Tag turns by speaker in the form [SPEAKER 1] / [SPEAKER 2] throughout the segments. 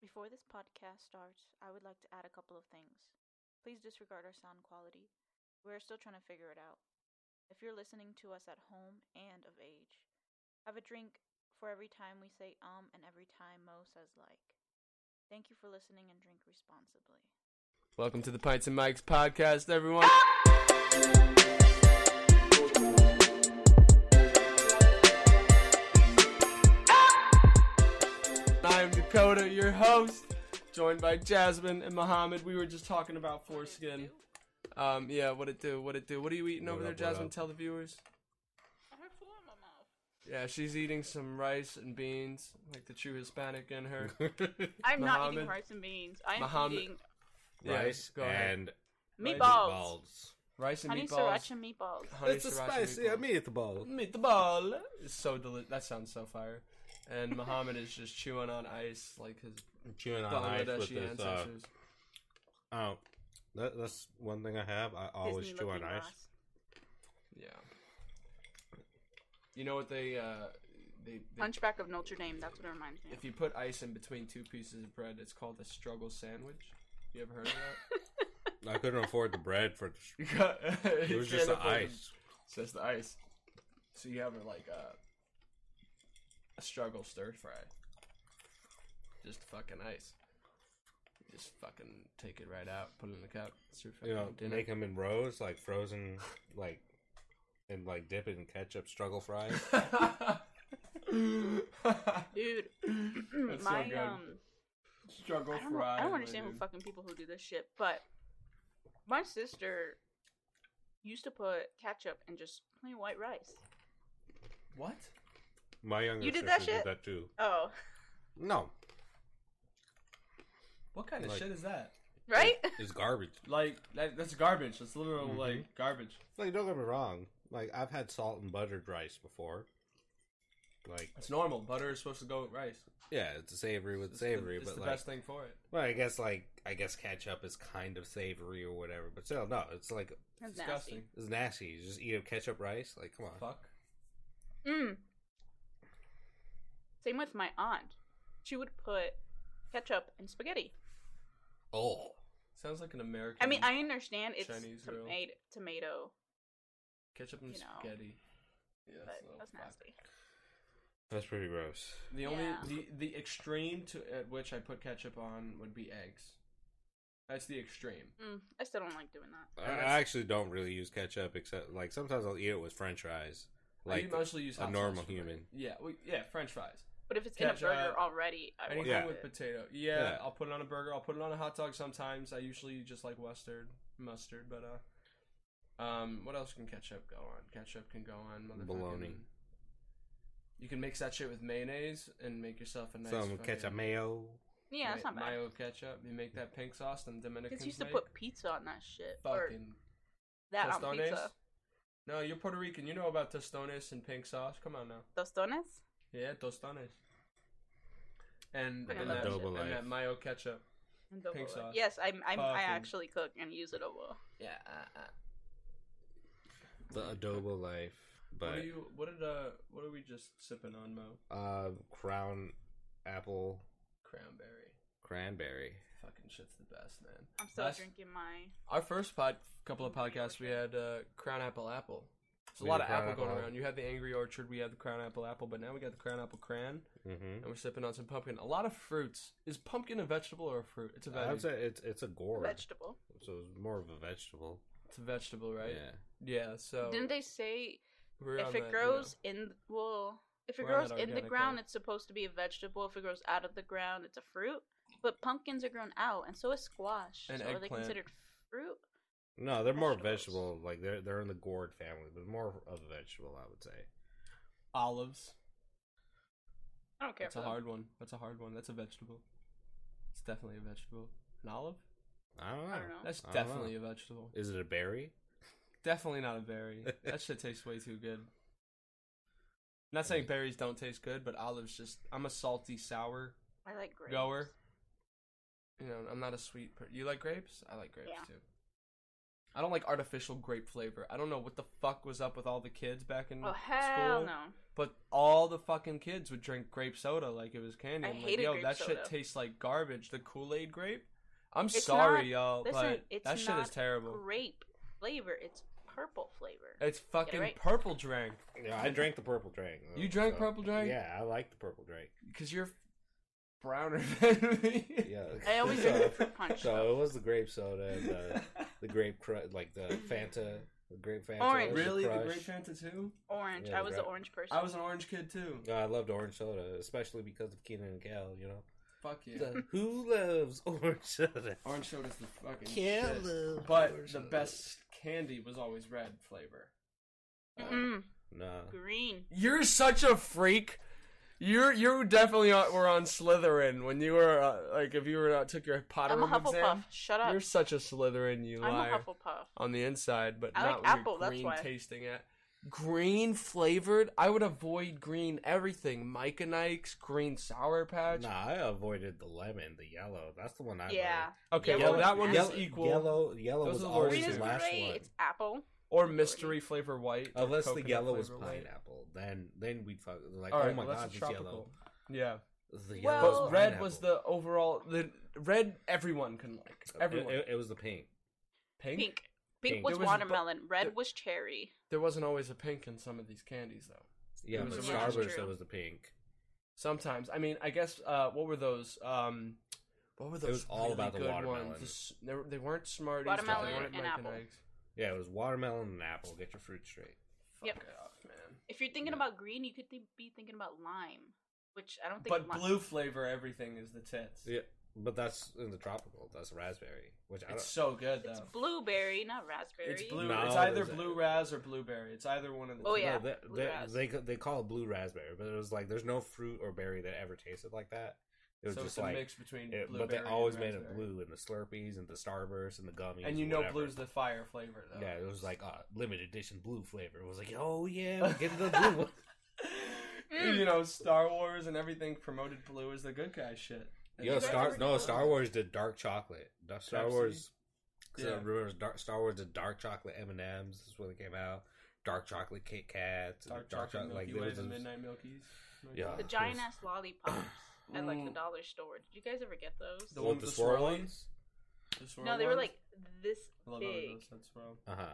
[SPEAKER 1] Before this podcast starts, I would like to add a couple of things. Please disregard our sound quality. We are still trying to figure it out. If you're listening to us at home and of age, have a drink for every time we say um and every time Mo says like. Thank you for listening and drink responsibly.
[SPEAKER 2] Welcome to the Pints and Mikes podcast, everyone. I'm Dakota, your host, joined by Jasmine and Mohammed. We were just talking about foreskin. Um, yeah, what it do? What it do? What are you eating over
[SPEAKER 3] What
[SPEAKER 2] there,
[SPEAKER 3] up, what
[SPEAKER 2] Jasmine?
[SPEAKER 3] up?
[SPEAKER 2] Tell the viewers.
[SPEAKER 1] I heard food in my mouth.
[SPEAKER 2] Yeah, she's eating some rice and beans, like the true Hispanic in her.
[SPEAKER 1] I'm not
[SPEAKER 2] Mohammed.
[SPEAKER 1] eating rice and beans. I am
[SPEAKER 2] Mohammed.
[SPEAKER 1] eating
[SPEAKER 2] Yeah,
[SPEAKER 3] rice
[SPEAKER 2] go ahead.
[SPEAKER 3] and
[SPEAKER 1] meatballs.
[SPEAKER 2] rice and
[SPEAKER 1] Honey
[SPEAKER 2] meatballs.
[SPEAKER 1] sriracha meatballs.
[SPEAKER 2] Honey
[SPEAKER 3] it's a
[SPEAKER 2] sriracha
[SPEAKER 3] spicy
[SPEAKER 2] meatballs.
[SPEAKER 3] meatball.
[SPEAKER 2] meatball. It's so delicious. That sounds so fire. And Muhammad is just chewing on ice like his
[SPEAKER 3] Chewing on ice with
[SPEAKER 2] Bangladeshi
[SPEAKER 3] this. Uh,
[SPEAKER 2] ancestors.
[SPEAKER 3] oh, that, that's one thing I have. I always
[SPEAKER 1] Disney
[SPEAKER 3] chew on
[SPEAKER 1] looking
[SPEAKER 3] ice.
[SPEAKER 1] glass.
[SPEAKER 2] yeah. You know what they uh they, they
[SPEAKER 1] Hunchback of Notre Dame. That's what it reminds me. of.
[SPEAKER 2] if you put ice in between two pieces of bread, it's called a struggle sandwich. You ever heard of that?
[SPEAKER 3] I couldn't afford the bread for.
[SPEAKER 2] You got-
[SPEAKER 3] It
[SPEAKER 2] you
[SPEAKER 3] was just
[SPEAKER 2] can't
[SPEAKER 3] the
[SPEAKER 2] afford them.
[SPEAKER 3] ice.
[SPEAKER 2] It's just the ice. So you have like a a struggle stir fry. Just fucking ice. Just fucking take it right out, put it in the cup. It's your
[SPEAKER 3] You know,
[SPEAKER 2] fucking dinner.
[SPEAKER 3] make them in rows, like frozen, like, and like dip it in ketchup, struggle fries.
[SPEAKER 1] Dude,
[SPEAKER 2] That's so
[SPEAKER 1] my
[SPEAKER 2] good.
[SPEAKER 1] um,
[SPEAKER 2] struggle
[SPEAKER 1] I don't, know- I don't understand who fucking people who do this shit, but my sister used to put ketchup and just plain white rice.
[SPEAKER 2] What?
[SPEAKER 3] My younger
[SPEAKER 1] You did
[SPEAKER 3] sister
[SPEAKER 1] that shit?
[SPEAKER 3] did that too.
[SPEAKER 1] Oh,
[SPEAKER 3] No,
[SPEAKER 2] What kind of
[SPEAKER 3] Like-
[SPEAKER 2] shit is that?
[SPEAKER 1] right?
[SPEAKER 3] it's garbage.
[SPEAKER 2] Like that, that's garbage. That's literal
[SPEAKER 3] Mhm.
[SPEAKER 2] like garbage.
[SPEAKER 3] Like, don't get me wrong. Like, I've had salt and buttered rice before. Like,
[SPEAKER 2] It's normal. Butter is supposed to go with rice.
[SPEAKER 3] yeah, it's savory with
[SPEAKER 2] It's the-
[SPEAKER 3] savory,
[SPEAKER 2] it's
[SPEAKER 3] but
[SPEAKER 2] the
[SPEAKER 3] like,
[SPEAKER 2] best thing for it.
[SPEAKER 3] Well, I guess like I guess ketchup is kind of savory or whatever, but still, no, it's like
[SPEAKER 1] That's
[SPEAKER 2] Disgusting.
[SPEAKER 3] it's nasty. You just eat a ketchup rice, like come on.
[SPEAKER 2] Fuck.
[SPEAKER 1] nasty. Mm. Same with my aunt. She would put ketchup and spaghetti.
[SPEAKER 3] Oh,
[SPEAKER 2] Sounds like an American.
[SPEAKER 1] I mean, I understand it's
[SPEAKER 2] Chinese grill.
[SPEAKER 1] tomato, tomato,
[SPEAKER 2] ketchup and
[SPEAKER 1] you know,
[SPEAKER 2] spaghetti. Yeah,
[SPEAKER 1] but
[SPEAKER 2] it's a little
[SPEAKER 1] that's
[SPEAKER 2] fucked.
[SPEAKER 1] nasty.
[SPEAKER 3] that's pretty gross.
[SPEAKER 2] The only
[SPEAKER 1] Yeah.
[SPEAKER 2] the the extreme to at which I put ketchup on would be eggs. That's the extreme.
[SPEAKER 1] Mm, I still don't like doing that.
[SPEAKER 3] I, I actually don't really use ketchup except like sometimes I'll eat it with French fries,
[SPEAKER 2] I
[SPEAKER 3] like
[SPEAKER 2] mostly use
[SPEAKER 3] a
[SPEAKER 2] hot sauce
[SPEAKER 3] normal
[SPEAKER 2] for it.
[SPEAKER 3] human.
[SPEAKER 2] Yeah, well, yeah, French fries.
[SPEAKER 1] But if it's
[SPEAKER 2] Ketchup,
[SPEAKER 1] in a burger already, I won't
[SPEAKER 2] Anything
[SPEAKER 3] Yeah.
[SPEAKER 1] yeah.
[SPEAKER 2] with potato. Yeah,
[SPEAKER 3] Yeah.
[SPEAKER 2] I'll put it on a burger. I'll put it on a hot dog sometimes. I usually just like mustard, mustard. But uh, um, what else can ketchup go on? Ketchup can go on motherfucking.
[SPEAKER 3] Bologna.
[SPEAKER 2] You can mix that shit with mayonnaise and make yourself a nice
[SPEAKER 3] Some
[SPEAKER 2] fucking
[SPEAKER 3] ketchup mayo.
[SPEAKER 1] Yeah, that's
[SPEAKER 2] ma-
[SPEAKER 1] not bad.
[SPEAKER 2] Mayo ketchup. You make that pink sauce. Then Dominicans
[SPEAKER 1] Kids used to
[SPEAKER 2] make.
[SPEAKER 1] put pizza on that shit. Or
[SPEAKER 2] fucking
[SPEAKER 1] that on
[SPEAKER 2] Tostones?
[SPEAKER 1] pizza.
[SPEAKER 2] No, you're Puerto Rican. You know about tostones and pink sauce. Come on now.
[SPEAKER 1] Tostones?
[SPEAKER 2] Yeah, tostones. And,
[SPEAKER 1] Fucking
[SPEAKER 2] and,
[SPEAKER 1] love
[SPEAKER 2] that,
[SPEAKER 1] Adobo
[SPEAKER 2] and
[SPEAKER 3] life.
[SPEAKER 2] that mayo ketchup.
[SPEAKER 1] And adobo.
[SPEAKER 2] Pink sauce.
[SPEAKER 1] Yes, I'm, I'm, I
[SPEAKER 2] Fucking-
[SPEAKER 1] actually cook and use adobo.
[SPEAKER 2] Yeah.
[SPEAKER 1] uh,
[SPEAKER 3] The adobo life,
[SPEAKER 2] what
[SPEAKER 3] but
[SPEAKER 2] are you? What did uh? What are we just sipping on, Mo?
[SPEAKER 3] uh, crown apple
[SPEAKER 2] Cranberry.
[SPEAKER 3] cranberry.
[SPEAKER 2] Fucking shit's the best, man.
[SPEAKER 1] I'm still
[SPEAKER 2] That's-
[SPEAKER 1] drinking my.
[SPEAKER 2] Our first pod, couple of podcasts, we had uh, Crown Apple Apple. There's a
[SPEAKER 3] We
[SPEAKER 2] lot
[SPEAKER 3] had
[SPEAKER 2] of
[SPEAKER 3] Crown
[SPEAKER 2] apple
[SPEAKER 3] Apple
[SPEAKER 2] going
[SPEAKER 3] Apple.
[SPEAKER 2] around. You had the Angry Orchard. We had the Crown Apple Apple, but now we got the Crown Apple Cran,
[SPEAKER 3] Mm-hmm.
[SPEAKER 2] and we're sipping on some pumpkin. A lot of fruits. Is pumpkin a vegetable or a fruit? It's a
[SPEAKER 3] I
[SPEAKER 2] vegetable.
[SPEAKER 3] would say it's it's a gourd,
[SPEAKER 1] Vegetable.
[SPEAKER 3] so it's more of a vegetable.
[SPEAKER 2] It's a vegetable, right?
[SPEAKER 3] Yeah.
[SPEAKER 2] Yeah. so
[SPEAKER 1] Didn't they say
[SPEAKER 2] we're
[SPEAKER 1] if
[SPEAKER 2] on
[SPEAKER 1] it
[SPEAKER 2] that, you
[SPEAKER 1] grows in well, if it
[SPEAKER 2] We're on
[SPEAKER 1] grows
[SPEAKER 2] that
[SPEAKER 1] in the
[SPEAKER 2] organic
[SPEAKER 1] ground,
[SPEAKER 2] life.
[SPEAKER 1] it's supposed to be a vegetable. If it grows out of the ground, it's a fruit. But pumpkins are grown out, and so is squash.
[SPEAKER 2] And
[SPEAKER 1] so are they
[SPEAKER 2] eggplant.
[SPEAKER 1] considered fruit?
[SPEAKER 3] No, they're more
[SPEAKER 1] Vegetables.
[SPEAKER 3] vegetable. Like they're they're in the gourd family, but more of a vegetable, I would say.
[SPEAKER 2] know. olives.
[SPEAKER 1] I don't care.
[SPEAKER 2] That's
[SPEAKER 1] for
[SPEAKER 2] a
[SPEAKER 1] them.
[SPEAKER 2] hard one. That's a hard one. That's a vegetable. It's definitely a vegetable. An olive?
[SPEAKER 3] I don't know.
[SPEAKER 1] I don't know.
[SPEAKER 2] That's
[SPEAKER 3] I don't
[SPEAKER 2] definitely a vegetable.
[SPEAKER 3] Is it a berry?
[SPEAKER 2] Definitely not a berry. that shit tastes way too good. Not saying berries don't taste good, but olives just I'm a salty sour
[SPEAKER 1] I like grapes.
[SPEAKER 2] goer. You know, I'm not a sweet per- you like grapes? I like grapes
[SPEAKER 1] Yeah.
[SPEAKER 2] too. I don't like artificial grape flavor. I don't know what the fuck was up with all the kids back in
[SPEAKER 1] Oh hell
[SPEAKER 2] school.
[SPEAKER 1] no!
[SPEAKER 2] But all the fucking kids would drink grape soda like it was candy.
[SPEAKER 1] I
[SPEAKER 2] I'm like,
[SPEAKER 1] hated
[SPEAKER 2] yo,
[SPEAKER 1] grape
[SPEAKER 2] that shit
[SPEAKER 1] soda.
[SPEAKER 2] tastes like garbage. The Kool Aid grape. I'm
[SPEAKER 4] It's
[SPEAKER 2] sorry,
[SPEAKER 4] not-
[SPEAKER 2] y'all,
[SPEAKER 4] listen,
[SPEAKER 2] but
[SPEAKER 4] it's
[SPEAKER 2] that shit is
[SPEAKER 4] not
[SPEAKER 2] terrible.
[SPEAKER 4] Grape flavor. It's purple flavor.
[SPEAKER 2] It's fucking
[SPEAKER 4] right.
[SPEAKER 2] purple drink.
[SPEAKER 3] Yeah, I drank the purple drink. though,
[SPEAKER 2] You drank purple drink?
[SPEAKER 3] Yeah, I like the purple drink.
[SPEAKER 2] Because you're browner than me.
[SPEAKER 3] Yeah,
[SPEAKER 1] I always
[SPEAKER 3] so,
[SPEAKER 1] drink the fruit punch.
[SPEAKER 3] So it was the grape soda, and the, the grape cru- like the Fanta, the grape Fanta.
[SPEAKER 1] Orange.
[SPEAKER 3] was
[SPEAKER 2] Really, the
[SPEAKER 3] crush.
[SPEAKER 2] grape Fanta too?
[SPEAKER 1] Orange.
[SPEAKER 3] Yeah,
[SPEAKER 1] I was the
[SPEAKER 3] right.
[SPEAKER 1] orange person.
[SPEAKER 2] I was an orange kid too.
[SPEAKER 3] No, I loved orange soda, especially because of Keenan and Cal. You know,
[SPEAKER 2] Fuck you.
[SPEAKER 3] The- who loves orange soda?
[SPEAKER 2] Orange soda's the fucking
[SPEAKER 3] Cal
[SPEAKER 2] shit.
[SPEAKER 3] loves
[SPEAKER 2] But
[SPEAKER 3] orange
[SPEAKER 2] the
[SPEAKER 3] soda.
[SPEAKER 2] best candy was always red flavor.
[SPEAKER 1] Mm-mm.
[SPEAKER 3] Nah.
[SPEAKER 1] green.
[SPEAKER 2] You're such a freak. You're you definitely on- were on Slytherin when you were uh, like if you were uh, took your Potter
[SPEAKER 1] I'm a Hufflepuff.
[SPEAKER 2] exam.
[SPEAKER 1] Shut up.
[SPEAKER 2] You're such a Slytherin, you
[SPEAKER 1] I'm
[SPEAKER 2] liar.
[SPEAKER 1] a Hufflepuff.
[SPEAKER 2] on the inside, but
[SPEAKER 1] I
[SPEAKER 2] not
[SPEAKER 1] like
[SPEAKER 2] when
[SPEAKER 1] apple,
[SPEAKER 2] you're
[SPEAKER 1] that's
[SPEAKER 2] green
[SPEAKER 1] why.
[SPEAKER 2] tasting it. Green flavored, I would avoid green everything. Mike and Ike's green sour patch.
[SPEAKER 3] Nah, I avoided the lemon, the yellow. That's the one I
[SPEAKER 1] Yeah.
[SPEAKER 2] Okay,
[SPEAKER 1] Yellow-
[SPEAKER 2] well that one
[SPEAKER 3] yellow,
[SPEAKER 2] is equal.
[SPEAKER 3] Yellow, yellow
[SPEAKER 2] Those
[SPEAKER 3] was
[SPEAKER 2] are the
[SPEAKER 3] always
[SPEAKER 1] Green
[SPEAKER 2] worst
[SPEAKER 1] is
[SPEAKER 3] the
[SPEAKER 2] two.
[SPEAKER 3] last
[SPEAKER 1] great.
[SPEAKER 3] one.
[SPEAKER 1] It's apple.
[SPEAKER 2] Or mystery flavor white. or
[SPEAKER 3] Unless the
[SPEAKER 2] coconut
[SPEAKER 3] yellow was
[SPEAKER 2] flavor white.
[SPEAKER 3] pineapple, then then we'd fuck like
[SPEAKER 2] All right,
[SPEAKER 3] oh my
[SPEAKER 2] well,
[SPEAKER 3] god,
[SPEAKER 2] that's a
[SPEAKER 3] it's
[SPEAKER 2] tropical.
[SPEAKER 3] yellow.
[SPEAKER 2] Yeah,
[SPEAKER 3] The
[SPEAKER 1] Well-
[SPEAKER 3] yellow
[SPEAKER 2] but
[SPEAKER 3] is
[SPEAKER 2] red was
[SPEAKER 3] pineapple.
[SPEAKER 2] the overall. The red everyone can like. Everyone
[SPEAKER 3] It, it- it was the pink.
[SPEAKER 1] Pink.
[SPEAKER 2] pink?
[SPEAKER 1] Pink,
[SPEAKER 3] Pink.
[SPEAKER 1] was,
[SPEAKER 2] There was bu-
[SPEAKER 1] watermelon. Red
[SPEAKER 2] there-
[SPEAKER 1] was cherry.
[SPEAKER 2] There wasn't always a pink in some of these candies though.
[SPEAKER 3] Yeah,
[SPEAKER 2] It was a
[SPEAKER 3] but
[SPEAKER 2] orange.
[SPEAKER 3] Starburst
[SPEAKER 1] True.
[SPEAKER 3] it was the pink.
[SPEAKER 2] Sometimes, I mean, I guess uh, what were those? Um, what were those?
[SPEAKER 3] was all
[SPEAKER 2] really
[SPEAKER 3] about the
[SPEAKER 2] good
[SPEAKER 3] watermelon.
[SPEAKER 2] ones? The s- they, were- they weren't Smarties.
[SPEAKER 1] Watermelon
[SPEAKER 2] they weren't
[SPEAKER 1] and
[SPEAKER 2] Mike
[SPEAKER 1] apple.
[SPEAKER 2] Ike's.
[SPEAKER 3] Yeah, it was watermelon and apple. Get your fruit straight.
[SPEAKER 2] Fuck
[SPEAKER 1] Yep.
[SPEAKER 2] it off, man.
[SPEAKER 1] If you're thinking
[SPEAKER 3] Yeah.
[SPEAKER 1] about green, you could th- be thinking about lime, which I don't think.
[SPEAKER 2] But
[SPEAKER 1] lime-
[SPEAKER 2] blue flavor, everything is the tits.
[SPEAKER 3] Yeah, but that's in the tropical. That's raspberry, which I don't.
[SPEAKER 2] It's so good
[SPEAKER 1] It's
[SPEAKER 2] though.
[SPEAKER 1] blueberry, not raspberry.
[SPEAKER 2] It's blue.
[SPEAKER 3] No,
[SPEAKER 2] it's either
[SPEAKER 3] there's a-
[SPEAKER 2] blue raz or blueberry. It's either one of the.
[SPEAKER 1] Oh,
[SPEAKER 2] two.
[SPEAKER 1] yeah.
[SPEAKER 3] they,
[SPEAKER 1] blue
[SPEAKER 3] they,
[SPEAKER 1] ras-
[SPEAKER 3] they they call it blue raspberry, but it was like there's no fruit or berry that ever tasted like that. It was
[SPEAKER 2] so
[SPEAKER 3] just
[SPEAKER 2] it's a
[SPEAKER 3] like,
[SPEAKER 2] mix between
[SPEAKER 3] it-
[SPEAKER 2] blueberry.
[SPEAKER 3] but they always
[SPEAKER 2] and
[SPEAKER 3] made it
[SPEAKER 2] raspberry.
[SPEAKER 3] blue in the Slurpees and the Starburst and the gummies.
[SPEAKER 2] And you know,
[SPEAKER 3] whatever.
[SPEAKER 2] blue's the Oh. fire flavor though.
[SPEAKER 3] Yeah, it was like uh, limited edition blue flavor. It was like, oh yeah, get the blue one.
[SPEAKER 2] you know, Star Wars and everything promoted blue as the good guy shit.
[SPEAKER 3] Yo,
[SPEAKER 1] guys
[SPEAKER 3] Star
[SPEAKER 1] ever
[SPEAKER 3] no
[SPEAKER 1] go-
[SPEAKER 3] Star Wars did dark chocolate. Da- Star
[SPEAKER 2] Pepsi?
[SPEAKER 3] Wars, so
[SPEAKER 2] Yeah.
[SPEAKER 3] remember dark, Star Wars did dark chocolate M and M's. This is when it came out. Dark chocolate Kit Kats, and
[SPEAKER 2] Dark chocolate
[SPEAKER 3] choc-
[SPEAKER 2] Milky
[SPEAKER 3] there
[SPEAKER 2] Way,
[SPEAKER 3] was
[SPEAKER 2] the
[SPEAKER 3] this-
[SPEAKER 2] Midnight Milkies.
[SPEAKER 3] Yeah.
[SPEAKER 1] The
[SPEAKER 3] Yes.
[SPEAKER 1] giant ass lollipops at like the
[SPEAKER 2] Mm.
[SPEAKER 1] dollar store. Did you guys ever get those?
[SPEAKER 2] The
[SPEAKER 3] What,
[SPEAKER 2] one with
[SPEAKER 3] the
[SPEAKER 2] the
[SPEAKER 3] swirl
[SPEAKER 2] swirlies?
[SPEAKER 3] ones.
[SPEAKER 2] The swirl
[SPEAKER 1] no, they were
[SPEAKER 2] ones?
[SPEAKER 1] like this
[SPEAKER 2] I love how
[SPEAKER 1] big.
[SPEAKER 2] those had swirl.
[SPEAKER 3] Uh huh.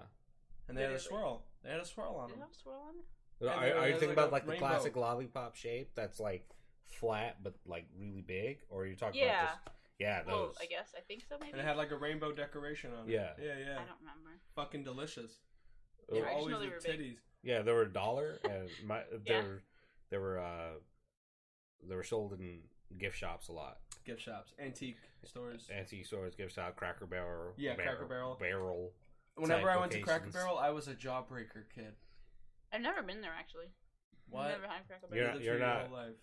[SPEAKER 2] And they had a
[SPEAKER 1] Really?
[SPEAKER 2] swirl. They had a swirl on
[SPEAKER 1] Did
[SPEAKER 2] them.
[SPEAKER 1] it have swirl on it?
[SPEAKER 2] And
[SPEAKER 3] Are,
[SPEAKER 2] there-
[SPEAKER 3] are you
[SPEAKER 2] there's
[SPEAKER 3] thinking
[SPEAKER 2] like
[SPEAKER 3] about
[SPEAKER 2] a
[SPEAKER 3] like the
[SPEAKER 2] rainbow.
[SPEAKER 3] classic lollipop shape that's like flat but like really big, or are you talking
[SPEAKER 1] Yeah.
[SPEAKER 3] about just yeah those?
[SPEAKER 1] Well, I guess I think so. Maybe
[SPEAKER 2] And it had like a rainbow decoration on it.
[SPEAKER 3] Yeah.
[SPEAKER 2] Yeah,
[SPEAKER 1] I
[SPEAKER 2] yeah.
[SPEAKER 1] don't remember.
[SPEAKER 2] Fucking delicious.
[SPEAKER 3] Oh,
[SPEAKER 1] Yeah, I
[SPEAKER 2] They're
[SPEAKER 1] just
[SPEAKER 2] always
[SPEAKER 1] know they
[SPEAKER 2] the
[SPEAKER 1] were big.
[SPEAKER 2] titties.
[SPEAKER 3] Yeah, they were a dollar, and my
[SPEAKER 1] Yeah.
[SPEAKER 3] they were they were uh they were sold in gift shops a lot,
[SPEAKER 2] Gift shops, antique stores.
[SPEAKER 3] antique stores, gift shop, Cracker Barrel,
[SPEAKER 2] Yeah, Cracker Barrel.
[SPEAKER 3] Barrel.
[SPEAKER 2] Whenever
[SPEAKER 3] type
[SPEAKER 2] I went to Cracker
[SPEAKER 3] locations.
[SPEAKER 2] Barrel, I was a jawbreaker kid.
[SPEAKER 1] I've never been there actually.
[SPEAKER 2] What?
[SPEAKER 1] Never had Cracker
[SPEAKER 3] You're
[SPEAKER 1] Barrel.
[SPEAKER 2] Lived
[SPEAKER 3] not-
[SPEAKER 2] here
[SPEAKER 3] you're
[SPEAKER 2] your
[SPEAKER 3] not-
[SPEAKER 2] whole life.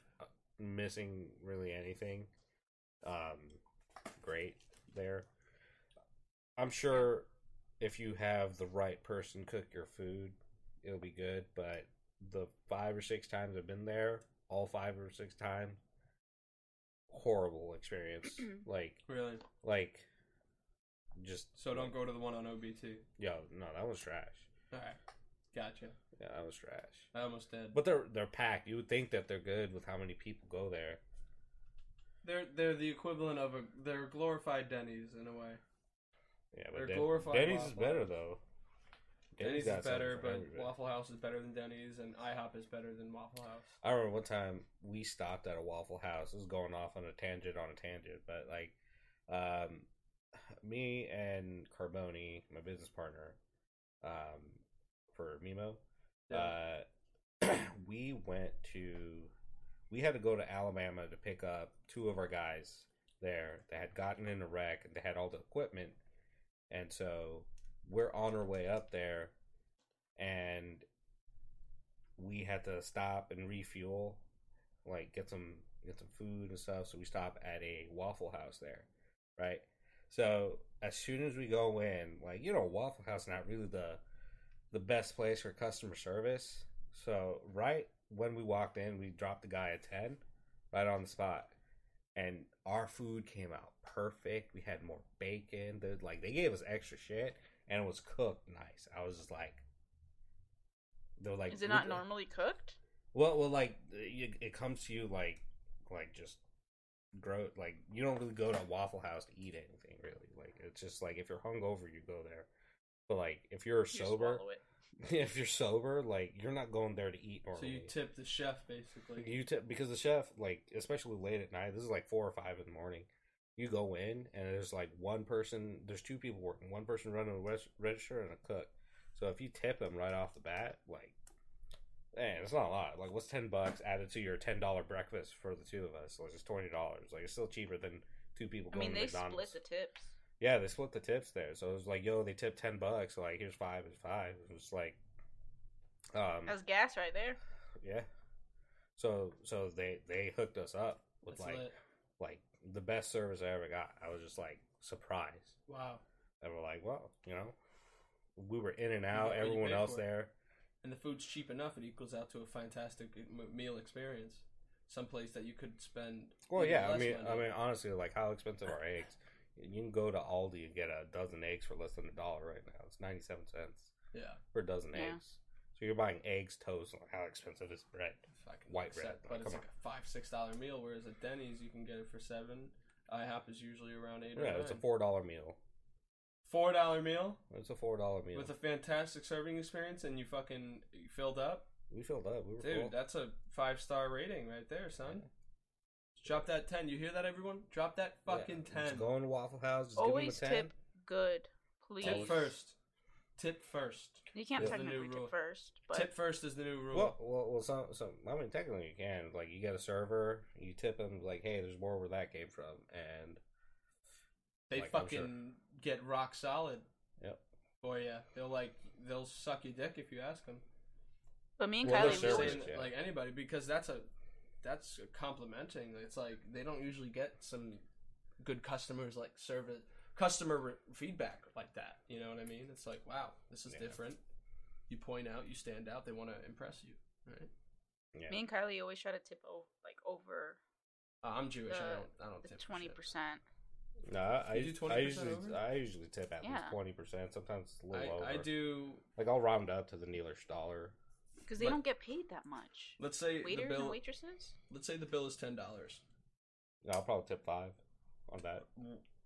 [SPEAKER 3] missing really anything um great there i'm sure if you have the right person cook your food it'll be good but the five or six times i've been there all five or six times horrible experience like
[SPEAKER 2] Really.
[SPEAKER 3] like just
[SPEAKER 2] So don't go to the one on OBT.
[SPEAKER 3] yo no that was trash
[SPEAKER 2] All right. Gotcha.
[SPEAKER 3] yeah that was trash
[SPEAKER 2] I almost did.
[SPEAKER 3] but they're they're packed you would think that they're good with how many people go there
[SPEAKER 2] They're they're the equivalent of a they're glorified Denny's in a way.
[SPEAKER 3] yeah
[SPEAKER 2] They're
[SPEAKER 3] but Den-
[SPEAKER 2] glorified
[SPEAKER 3] denny's is
[SPEAKER 2] waffle.
[SPEAKER 3] better though
[SPEAKER 2] Denny's,
[SPEAKER 3] got
[SPEAKER 2] is better,
[SPEAKER 3] something for
[SPEAKER 2] but
[SPEAKER 3] everybody.
[SPEAKER 2] Waffle House is better than Denny's, and IHOP is better than Waffle House.
[SPEAKER 3] I remember one time we stopped at a Waffle House. This is going off on a tangent on a tangent, but like, um, me and Carboni, my business partner, um, for Mimo, uh, we went to, we had to go to Alabama to pick up two of our guys there that had gotten in a wreck and they had all the equipment, and so we're on our way up there, and we had to stop and refuel, like get some get some food and stuff. So we stop at a Waffle House there, right? So as soon as we go in, like you know, Waffle House not really the the best place for customer service. So right when we walked in, we dropped the guy a ten, right on the spot, and our food came out perfect. We had more bacon. They, like they gave us extra shit, and it was cooked nice. I was just like, they were like,
[SPEAKER 1] Is it not
[SPEAKER 3] we-
[SPEAKER 1] normally cooked?
[SPEAKER 3] Well, well, like you, it comes to you like, like just grow. Like you don't really go to a Waffle House to eat anything really. Like it's just like if you're hungover, you go there. But like if you're
[SPEAKER 1] You
[SPEAKER 3] sober,
[SPEAKER 1] swallow it.
[SPEAKER 3] if you're sober, like you're not going there to eat
[SPEAKER 2] So you
[SPEAKER 3] normally.
[SPEAKER 2] tip the chef basically.
[SPEAKER 3] You tip because the chef, like especially late at night, this is like four or five in the morning. You go in and there's like one person, there's two people working, one person running the res- register and a cook. So if you tip them right off the bat, like, man, it's not a lot. Like, what's ten bucks added to your ten dollar breakfast for the two of us? Like, it's twenty dollars. Like, it's still cheaper than two people
[SPEAKER 1] I
[SPEAKER 3] going
[SPEAKER 1] mean,
[SPEAKER 3] to
[SPEAKER 1] they
[SPEAKER 3] McDonald's.
[SPEAKER 1] split the tips.
[SPEAKER 3] yeah, they split the tips there. So it was like, yo, they tipped ten bucks. Like, here's five and five. It was like, um,
[SPEAKER 1] That's gas right there.
[SPEAKER 3] yeah. So so they they hooked us up with
[SPEAKER 2] That's
[SPEAKER 3] like
[SPEAKER 2] lit.
[SPEAKER 3] like the best service I ever got. I was just like surprised.
[SPEAKER 2] Wow.
[SPEAKER 3] And we're like, well, you know, we were in and
[SPEAKER 2] got
[SPEAKER 3] out.
[SPEAKER 2] what you
[SPEAKER 3] Everyone
[SPEAKER 2] paid
[SPEAKER 3] else
[SPEAKER 2] for.
[SPEAKER 3] there.
[SPEAKER 2] And the food's cheap enough; it equals out to a fantastic m- meal experience. Someplace that you could spend.
[SPEAKER 3] Well,
[SPEAKER 2] even
[SPEAKER 3] yeah. I
[SPEAKER 2] less
[SPEAKER 3] mean,
[SPEAKER 2] money.
[SPEAKER 3] I mean, honestly, like how expensive are eggs? You can go to Aldi and get a dozen eggs for less than a dollar right now. It's ninety seven cents
[SPEAKER 2] yeah.
[SPEAKER 3] for a dozen
[SPEAKER 1] Yeah.
[SPEAKER 3] eggs. So you're buying eggs, toast. Like, how expensive is bread?
[SPEAKER 2] fucking
[SPEAKER 3] White
[SPEAKER 2] accept,
[SPEAKER 3] bread,
[SPEAKER 2] But
[SPEAKER 3] like,
[SPEAKER 2] it's
[SPEAKER 3] come
[SPEAKER 2] like a five six dollar meal, whereas at Denny's you can get it for seven. IHOP is usually around eight.
[SPEAKER 3] Yeah,
[SPEAKER 2] or
[SPEAKER 3] it's a
[SPEAKER 2] nine.
[SPEAKER 3] four dollar meal.
[SPEAKER 2] four dollar meal
[SPEAKER 3] It's a four dollar meal.
[SPEAKER 2] with a fantastic serving experience, and you fucking filled up,
[SPEAKER 3] we filled up. We were
[SPEAKER 2] dude.
[SPEAKER 3] full.
[SPEAKER 2] That's a five star rating right there, son. Drop that ten. You hear that, everyone? Drop that fucking
[SPEAKER 3] yeah.
[SPEAKER 2] ten.
[SPEAKER 3] Just go into Waffle House. Just
[SPEAKER 1] Always
[SPEAKER 3] give them a 10.
[SPEAKER 1] tip good, please.
[SPEAKER 2] Tip first. Tip first.
[SPEAKER 1] You can't
[SPEAKER 2] Yeah. The new
[SPEAKER 1] technically
[SPEAKER 2] rule.
[SPEAKER 1] tip first, but
[SPEAKER 2] Tip first is the new rule.
[SPEAKER 3] Well, well, well some, some, I mean, technically you can. Like, you get a server, you tip them, like, hey, there's more where that came from. And,
[SPEAKER 2] they
[SPEAKER 3] like, I'm
[SPEAKER 2] fucking get rock solid.
[SPEAKER 3] Yep.
[SPEAKER 2] Boy, yeah, they'll like they'll suck your dick if you ask them.
[SPEAKER 1] but me and
[SPEAKER 3] Well,
[SPEAKER 1] Kylie,
[SPEAKER 3] they're
[SPEAKER 1] we
[SPEAKER 2] saying
[SPEAKER 1] were,
[SPEAKER 3] service, yeah.
[SPEAKER 2] like anybody because that's a that's a complimenting. It's like they don't usually get some good customers like service customer re- feedback like that. You know what I mean? It's like wow, this is
[SPEAKER 3] Yeah.
[SPEAKER 2] different. You point out, you stand out. They want to impress you, right?
[SPEAKER 1] me
[SPEAKER 3] yeah.
[SPEAKER 1] and Kylie always try to tip o- like over
[SPEAKER 2] Uh, I'm Jewish. I
[SPEAKER 1] The-
[SPEAKER 2] don't. I don't
[SPEAKER 1] the
[SPEAKER 2] tip for
[SPEAKER 1] twenty
[SPEAKER 2] shit.
[SPEAKER 1] percent.
[SPEAKER 3] No, I,
[SPEAKER 2] You do 20%
[SPEAKER 3] I usually,
[SPEAKER 2] over?
[SPEAKER 3] I usually tip at
[SPEAKER 1] Yeah.
[SPEAKER 3] least 20%. Sometimes it's a little over.
[SPEAKER 2] I, I do.
[SPEAKER 3] Like, I'll round up to the Neelish dollar.
[SPEAKER 1] Because they
[SPEAKER 2] But-
[SPEAKER 1] don't get paid that much.
[SPEAKER 2] Let's say the
[SPEAKER 1] Waiters and
[SPEAKER 2] bill.
[SPEAKER 1] waitresses?
[SPEAKER 2] Let's say the bill is ten dollars.
[SPEAKER 3] No, I'll probably tip five on that.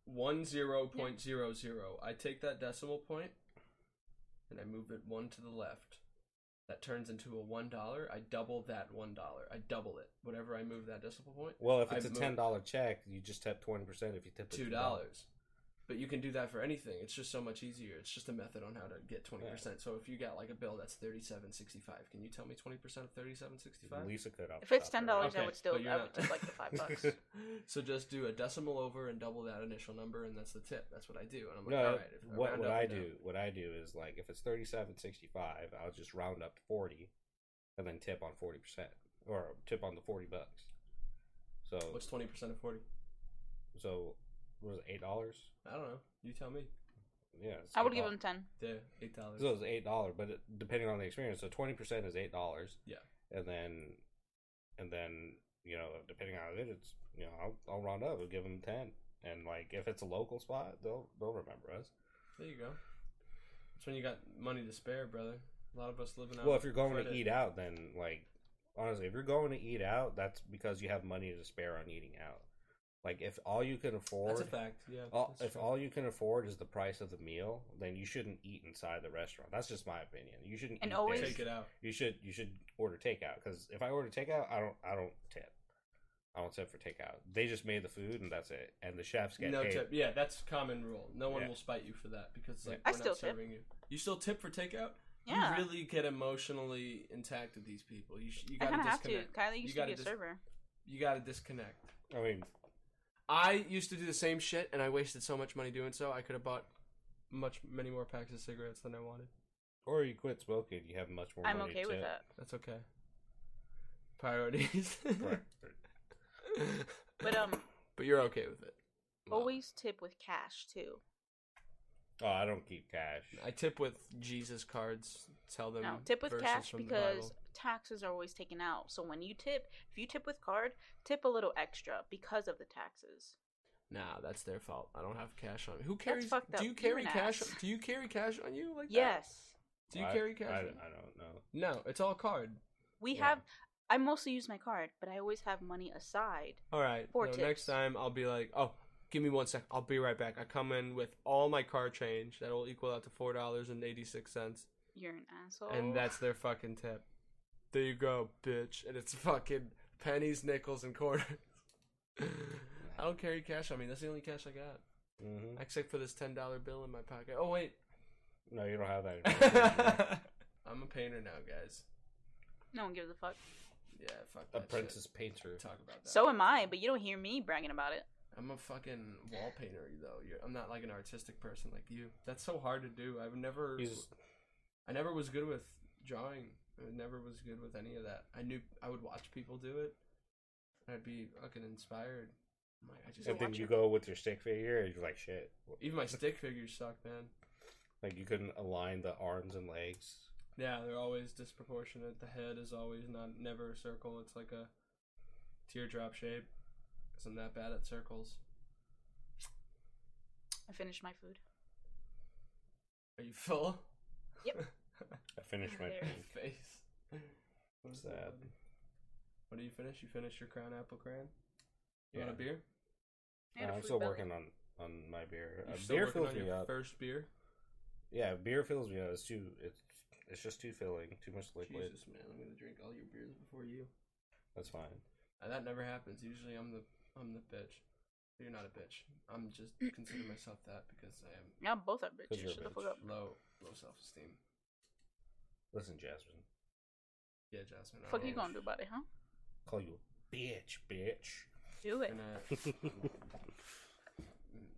[SPEAKER 2] One zero point zero zero. I take that decimal point and I move it one to the left. That turns into a one dollar. I double that one dollar. I double it. Whatever I move that decimal point.
[SPEAKER 3] Well, if
[SPEAKER 2] I
[SPEAKER 3] it's a
[SPEAKER 2] move
[SPEAKER 3] $10 check, you just tip 20% if you tip it
[SPEAKER 2] Two dollars. But you can do that for anything. It's just so much easier. It's just a method on how to get twenty percent. So if you got like a bill that's thirty seven sixty five, can you tell me twenty percent of thirty seven sixty five?
[SPEAKER 3] Lisa could. off
[SPEAKER 1] If
[SPEAKER 3] the
[SPEAKER 1] it's
[SPEAKER 3] top of her
[SPEAKER 1] $10,
[SPEAKER 3] head.
[SPEAKER 1] I would still
[SPEAKER 2] but you're
[SPEAKER 1] I
[SPEAKER 2] not-
[SPEAKER 1] would tip like the five bucks.
[SPEAKER 2] So just do a decimal over and double that initial number, and that's the tip. That's what I do. And I'm like,
[SPEAKER 3] No,
[SPEAKER 2] all right. If I
[SPEAKER 3] what
[SPEAKER 2] round
[SPEAKER 3] what
[SPEAKER 2] up
[SPEAKER 3] I
[SPEAKER 2] and down-
[SPEAKER 3] do what I do is like if it's thirty seven sixty five, I'll just round up to forty, and then tip on forty percent or tip on the forty bucks. So
[SPEAKER 2] What's twenty percent of forty?
[SPEAKER 3] so what was it, eight dollars?
[SPEAKER 2] I don't know. You tell me.
[SPEAKER 3] Yeah, it's
[SPEAKER 1] I would give
[SPEAKER 3] $8.
[SPEAKER 1] them ten.
[SPEAKER 2] Yeah, eight dollars.
[SPEAKER 3] So it was eight dollar, but it, depending on the experience, so twenty percent is eight dollars.
[SPEAKER 2] Yeah.
[SPEAKER 3] and then and then you know depending on it, it's you know I'll, I'll round up. I'll give them ten, and like if it's a local spot, they'll they'll remember us.
[SPEAKER 2] there you go. That's when you got money to spare, brother. A lot of us living out.
[SPEAKER 3] Well, if you're going to
[SPEAKER 2] credit.
[SPEAKER 3] eat out, then like honestly, if you're going to eat out, that's because you have money to spare on eating out. Like if all you can afford,
[SPEAKER 2] that's a fact. Yeah.
[SPEAKER 3] all-
[SPEAKER 2] that's
[SPEAKER 3] if
[SPEAKER 2] true.
[SPEAKER 3] all you can afford is the price of the meal, then you shouldn't eat inside the restaurant. That's just my opinion. You shouldn't
[SPEAKER 1] And
[SPEAKER 3] eat
[SPEAKER 1] always-
[SPEAKER 3] there.
[SPEAKER 2] take it out.
[SPEAKER 3] You should you should order takeout because if I order takeout, I don't I don't tip. I don't tip for takeout. They just made the food and that's it. And the chefs get
[SPEAKER 2] no
[SPEAKER 3] paid.
[SPEAKER 2] tip. Yeah, that's common rule. No one
[SPEAKER 3] Yeah.
[SPEAKER 2] will spite you for that because it's like
[SPEAKER 4] I
[SPEAKER 2] we're
[SPEAKER 4] still
[SPEAKER 2] not
[SPEAKER 4] tip.
[SPEAKER 2] serving you. You still tip for takeout?
[SPEAKER 1] Yeah.
[SPEAKER 2] You really get emotionally intact with these people. You sh- you
[SPEAKER 1] I
[SPEAKER 2] got
[SPEAKER 1] kind
[SPEAKER 2] to
[SPEAKER 1] of have to.
[SPEAKER 2] disconnect.
[SPEAKER 1] Kylie
[SPEAKER 2] You
[SPEAKER 1] used to
[SPEAKER 2] gotta
[SPEAKER 1] be a
[SPEAKER 2] dis-
[SPEAKER 1] server.
[SPEAKER 2] You got to disconnect.
[SPEAKER 3] I mean,
[SPEAKER 2] I used to do the same shit, and I wasted so much money doing so. I could have bought much many more packs of cigarettes than I wanted.
[SPEAKER 3] or you quit smoking, you have much more.
[SPEAKER 1] I'm
[SPEAKER 3] money
[SPEAKER 1] okay
[SPEAKER 3] to
[SPEAKER 1] with
[SPEAKER 3] tip.
[SPEAKER 1] that.
[SPEAKER 2] That's okay. Priorities.
[SPEAKER 3] Right.
[SPEAKER 1] But um,
[SPEAKER 2] But you're okay with it. No.
[SPEAKER 1] always tip with cash too.
[SPEAKER 3] Oh, I don't keep cash.
[SPEAKER 2] I tip with Jesus cards. Tell them.
[SPEAKER 1] No, tip with
[SPEAKER 2] verses
[SPEAKER 1] cash
[SPEAKER 2] from the
[SPEAKER 1] because
[SPEAKER 2] Bible.
[SPEAKER 1] taxes are always taken out. So when you tip, if you tip with card, tip a little extra because of the taxes.
[SPEAKER 2] Nah, that's their fault. I don't have cash on me. Who carries?
[SPEAKER 1] fucked up.
[SPEAKER 2] Do you
[SPEAKER 1] You're
[SPEAKER 2] carry
[SPEAKER 1] an
[SPEAKER 2] cash?
[SPEAKER 1] ass.
[SPEAKER 2] Do you carry cash on you? Like that?
[SPEAKER 4] Yes.
[SPEAKER 2] Do you
[SPEAKER 3] I-
[SPEAKER 2] carry cash?
[SPEAKER 3] I, I
[SPEAKER 2] on you?
[SPEAKER 3] don't know.
[SPEAKER 2] No, it's all card.
[SPEAKER 4] We
[SPEAKER 3] Yeah.
[SPEAKER 4] have I mostly use my card, but I always have money aside.
[SPEAKER 2] All right.
[SPEAKER 4] Four
[SPEAKER 2] no,
[SPEAKER 4] tips.
[SPEAKER 2] next time I'll be like, oh, give me one sec. I'll be right back. I come in with all my car change. That'll equal out to four dollars and eighty six cents,
[SPEAKER 1] You're an asshole.
[SPEAKER 3] Oh.
[SPEAKER 2] and that's their fucking tip. There you go, bitch. And it's fucking pennies, nickels, and quarters. I don't carry cash on me. That's the only cash I got,
[SPEAKER 3] hmm
[SPEAKER 2] except for this ten dollar bill in my pocket. Oh wait,
[SPEAKER 3] No, you don't have that. anymore.
[SPEAKER 2] I'm a painter now, guys.
[SPEAKER 1] no one gives a fuck.
[SPEAKER 2] Yeah, fuck that
[SPEAKER 3] Apprentice painter.
[SPEAKER 2] shit. Talk about that.
[SPEAKER 1] So am I, but you don't hear me bragging about it.
[SPEAKER 2] I'm a fucking wall painter though. You're, I'm not like an artistic person like you. That's so hard to do. I've never,
[SPEAKER 3] He's
[SPEAKER 2] I never was good with drawing. I never was good with any of that. I knew I would watch people do it, and I'd be fucking inspired. I'm like, I just
[SPEAKER 3] and then
[SPEAKER 2] watch
[SPEAKER 3] you
[SPEAKER 2] it.
[SPEAKER 3] go with your stick figure, and you're like, shit.
[SPEAKER 2] Even my stick figures suck, man.
[SPEAKER 3] Like you couldn't align the arms and legs.
[SPEAKER 2] Yeah, they're always disproportionate. The head is always not never a circle. It's like a teardrop shape. Cause I'm that bad at circles.
[SPEAKER 1] I finished my food.
[SPEAKER 2] Are you full?
[SPEAKER 1] Yep.
[SPEAKER 3] I finished my
[SPEAKER 1] There.
[SPEAKER 3] drink.
[SPEAKER 2] face. What is
[SPEAKER 3] Sad.
[SPEAKER 2] that? What do you finish? You finish your crown apple cran? You want
[SPEAKER 3] Yeah.
[SPEAKER 2] a beer?
[SPEAKER 1] I had
[SPEAKER 3] Uh,
[SPEAKER 1] a
[SPEAKER 3] I'm
[SPEAKER 1] fruit
[SPEAKER 3] still
[SPEAKER 1] belly.
[SPEAKER 3] working on on my beer.
[SPEAKER 2] You're
[SPEAKER 3] Uh,
[SPEAKER 2] still
[SPEAKER 3] beer
[SPEAKER 2] working
[SPEAKER 3] fills
[SPEAKER 2] on
[SPEAKER 3] me
[SPEAKER 2] your
[SPEAKER 3] up.
[SPEAKER 2] first beer?
[SPEAKER 3] Yeah, beer fills me up. It's too. It's it's just too filling. Too much liquid.
[SPEAKER 2] Jesus, man, I'm gonna drink all your beers before you.
[SPEAKER 3] That's fine.
[SPEAKER 2] Uh, that never happens. Usually, I'm the I'm the bitch. But You're not a bitch. I'm just consider myself that because I am
[SPEAKER 1] Yeah, both are
[SPEAKER 3] Cause you're
[SPEAKER 1] bitches. Shut the
[SPEAKER 3] a
[SPEAKER 1] fuck
[SPEAKER 3] bitch.
[SPEAKER 1] up.
[SPEAKER 2] low low self esteem.
[SPEAKER 3] Listen, Jasmine,
[SPEAKER 2] Yeah, Jasmine. I
[SPEAKER 1] Fuck you
[SPEAKER 2] always-
[SPEAKER 1] gonna do about it, huh?
[SPEAKER 3] call you a bitch, bitch.
[SPEAKER 1] Do it.
[SPEAKER 2] Gonna,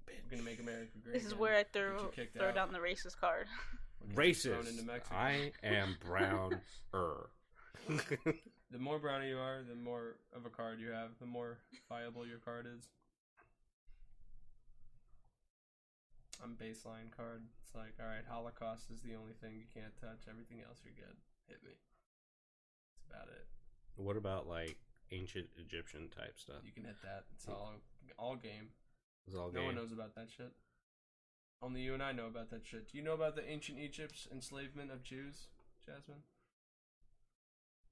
[SPEAKER 2] we're gonna make America great.
[SPEAKER 1] This is
[SPEAKER 2] again.
[SPEAKER 1] where I
[SPEAKER 2] Get you
[SPEAKER 1] throw
[SPEAKER 2] kicked
[SPEAKER 1] throw
[SPEAKER 2] out.
[SPEAKER 1] down the racist card.
[SPEAKER 2] We're gonna get thrown into
[SPEAKER 3] Racist.
[SPEAKER 2] Mexico.
[SPEAKER 3] I am brown. Er.
[SPEAKER 2] The more brownie you are, the more of a card you have, the more viable your card is. I'm baseline card. It's like, alright, Holocaust is the only thing you can't touch. Everything else you're good. Hit me. That's about it.
[SPEAKER 3] what about like ancient Egyptian type stuff?
[SPEAKER 2] You can hit that. It's all all game.
[SPEAKER 3] It's all
[SPEAKER 2] No one
[SPEAKER 3] game.
[SPEAKER 2] knows about that shit. Only you and I know about that shit. Do you know about the ancient Egypt's enslavement of Jews, Jasmine?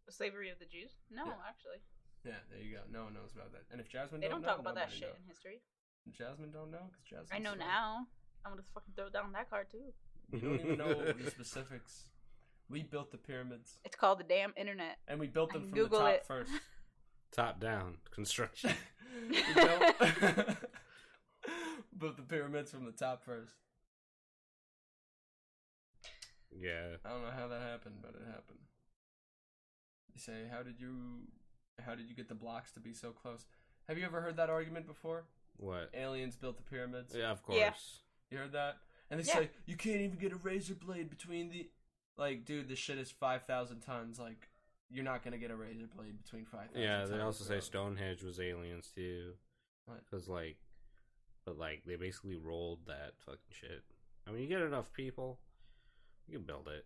[SPEAKER 1] The slavery of the Jews? No,
[SPEAKER 2] Yeah.
[SPEAKER 1] actually,
[SPEAKER 2] Yeah, there you go. No one knows about that. And if Jasmine
[SPEAKER 1] they don't
[SPEAKER 2] don't, know,
[SPEAKER 1] talk about that
[SPEAKER 2] nobody
[SPEAKER 1] shit
[SPEAKER 2] knows.
[SPEAKER 1] in history.
[SPEAKER 2] Jasmine don't know because Jasmine.
[SPEAKER 1] I know now. I'm gonna fucking throw down that card too.
[SPEAKER 2] We don't even know the specifics. We built the pyramids,
[SPEAKER 1] It's called the damn internet.
[SPEAKER 2] and we built
[SPEAKER 1] I
[SPEAKER 2] them
[SPEAKER 1] can
[SPEAKER 2] from
[SPEAKER 1] Google
[SPEAKER 2] the top
[SPEAKER 1] it.
[SPEAKER 2] first.
[SPEAKER 3] Top down construction.
[SPEAKER 2] we built, built the pyramids from the top first.
[SPEAKER 3] yeah.
[SPEAKER 2] I don't know how that happened, but it happened. You say, how did you, how did you get the blocks to be so close? Have you ever heard that argument before?
[SPEAKER 3] What?
[SPEAKER 2] Aliens built the pyramids.
[SPEAKER 3] Yeah, of course.
[SPEAKER 1] Yeah.
[SPEAKER 2] You heard that? And they
[SPEAKER 1] Yeah.
[SPEAKER 2] say you can't even get a razor blade between the like, dude, this shit is five thousand tons. Like, you're not gonna get a razor blade between five thousand.
[SPEAKER 3] Yeah,
[SPEAKER 2] tons
[SPEAKER 3] they also say
[SPEAKER 2] bro.
[SPEAKER 3] Stonehenge was aliens too.
[SPEAKER 2] What?
[SPEAKER 3] Because like, but like they basically rolled that fucking shit. I mean, you get enough people, you can build it.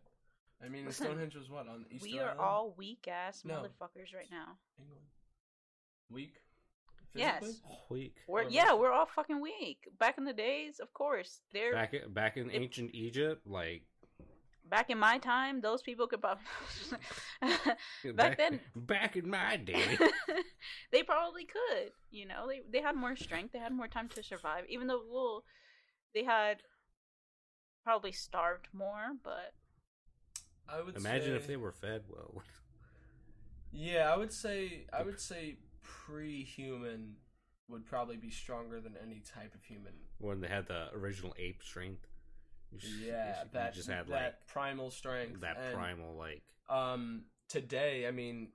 [SPEAKER 2] I mean,
[SPEAKER 1] Listen,
[SPEAKER 2] Stonehenge was what on Easter
[SPEAKER 1] we are
[SPEAKER 2] Island?
[SPEAKER 1] all weak ass
[SPEAKER 2] No.
[SPEAKER 1] motherfuckers right now.
[SPEAKER 2] England. Weak.
[SPEAKER 1] Yes.
[SPEAKER 2] Physically?
[SPEAKER 3] Weak.
[SPEAKER 1] We're
[SPEAKER 2] Or
[SPEAKER 1] yeah,
[SPEAKER 2] most-
[SPEAKER 1] we're all fucking weak. Back in the days, of course, they're back,
[SPEAKER 3] Back in, back in
[SPEAKER 1] If-
[SPEAKER 3] ancient Egypt, like
[SPEAKER 1] in my time. Those people could probably
[SPEAKER 3] back,
[SPEAKER 1] then-
[SPEAKER 3] back in my day,
[SPEAKER 1] they probably could. You know, they they had more strength. They had more time to survive. Even though well, they had probably starved more, but
[SPEAKER 2] I would
[SPEAKER 3] imagine
[SPEAKER 2] say,
[SPEAKER 3] if they were fed well.
[SPEAKER 2] Yeah, I would say I would say pre-human would probably be stronger than any type of human.
[SPEAKER 3] when they had the original ape strength. You just- you
[SPEAKER 2] Yeah,
[SPEAKER 3] just- you
[SPEAKER 2] that
[SPEAKER 3] just had
[SPEAKER 2] that primal
[SPEAKER 3] like
[SPEAKER 2] strength.
[SPEAKER 3] that
[SPEAKER 2] and-
[SPEAKER 3] primal like
[SPEAKER 2] um today i mean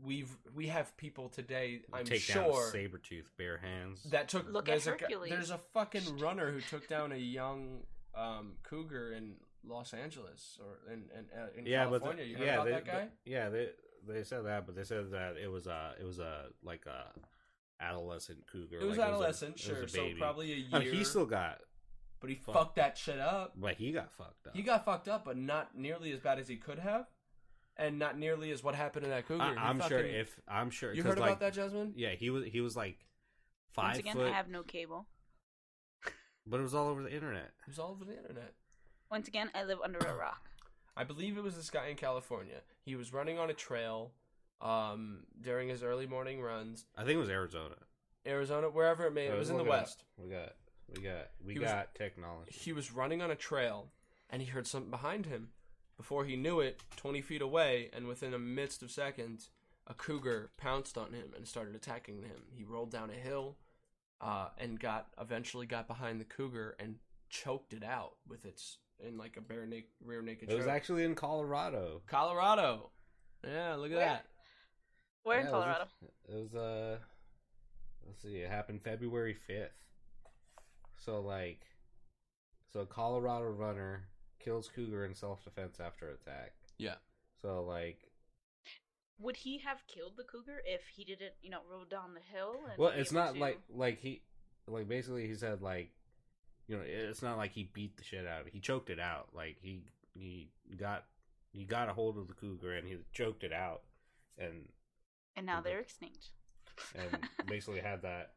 [SPEAKER 2] we've we have people today i'm
[SPEAKER 3] take down
[SPEAKER 2] sure
[SPEAKER 3] saber tooth bare hands.
[SPEAKER 2] that took
[SPEAKER 1] Look at
[SPEAKER 2] there's a, gu-
[SPEAKER 1] Hercules.
[SPEAKER 2] there's a fucking runner who took down a young um cougar in los angeles or in in, uh, in california
[SPEAKER 3] the-
[SPEAKER 2] you heard about
[SPEAKER 3] they,
[SPEAKER 2] that guy
[SPEAKER 3] the- yeah, they they said that, but they said that it was a it was a like a adolescent cougar.
[SPEAKER 2] it was
[SPEAKER 3] like,
[SPEAKER 2] adolescent
[SPEAKER 3] it was a- it
[SPEAKER 2] sure
[SPEAKER 3] was a
[SPEAKER 2] so
[SPEAKER 3] baby.
[SPEAKER 2] probably a
[SPEAKER 3] I
[SPEAKER 2] year
[SPEAKER 3] mean, he still got,
[SPEAKER 2] but he
[SPEAKER 3] fucked.
[SPEAKER 2] fucked that shit up
[SPEAKER 3] but he got fucked up.
[SPEAKER 2] he got fucked up but not nearly as bad as he could have and not nearly as what happened to that cougar
[SPEAKER 3] I,
[SPEAKER 2] He
[SPEAKER 3] I'm sure
[SPEAKER 2] fucking-
[SPEAKER 3] if I'm sure
[SPEAKER 2] you
[SPEAKER 3] 'cause,
[SPEAKER 2] heard
[SPEAKER 3] like,
[SPEAKER 2] about that jasmine
[SPEAKER 3] Yeah, he was he was like five
[SPEAKER 1] once again,
[SPEAKER 3] foot.
[SPEAKER 1] I have no cable.
[SPEAKER 3] But it was all over the internet.
[SPEAKER 2] It was all over the internet.
[SPEAKER 1] Once again, I live under a rock.
[SPEAKER 2] I believe it was this guy in California. He was running on a trail um, during his early morning runs,
[SPEAKER 3] I think it was Arizona.
[SPEAKER 2] Arizona, wherever it may. It was in the
[SPEAKER 3] Look up.
[SPEAKER 2] west.
[SPEAKER 3] We got we got we
[SPEAKER 2] He was-
[SPEAKER 3] got technology.
[SPEAKER 2] He was running on a trail, and he heard something behind him. Before he knew it, twenty feet away, and within a midst of seconds, a cougar pounced on him and started attacking him. He rolled down a hill, uh, and got eventually got behind the cougar and choked it out with its in like a bare naked rear naked.
[SPEAKER 3] It was
[SPEAKER 2] choke.
[SPEAKER 3] actually in Colorado.
[SPEAKER 2] Colorado. Yeah, look at
[SPEAKER 1] Where?
[SPEAKER 2] that.
[SPEAKER 1] We're
[SPEAKER 3] Yeah,
[SPEAKER 1] in
[SPEAKER 3] it was-
[SPEAKER 1] Colorado.
[SPEAKER 3] It was uh let's see, it happened February fifth. So like so Colorado runner kills cougar in self defense after attack.
[SPEAKER 2] Yeah.
[SPEAKER 3] So like
[SPEAKER 1] Would he have killed the cougar if he didn't, you know, roll down the hill? And
[SPEAKER 3] well
[SPEAKER 1] be
[SPEAKER 3] it's
[SPEAKER 1] able
[SPEAKER 3] not
[SPEAKER 1] to-
[SPEAKER 3] like like he like basically he said like you know it's not like he beat the shit out of it he choked it out like he he got he got a hold of the cougar and he choked it out and
[SPEAKER 1] And now they're extinct.
[SPEAKER 3] and basically had that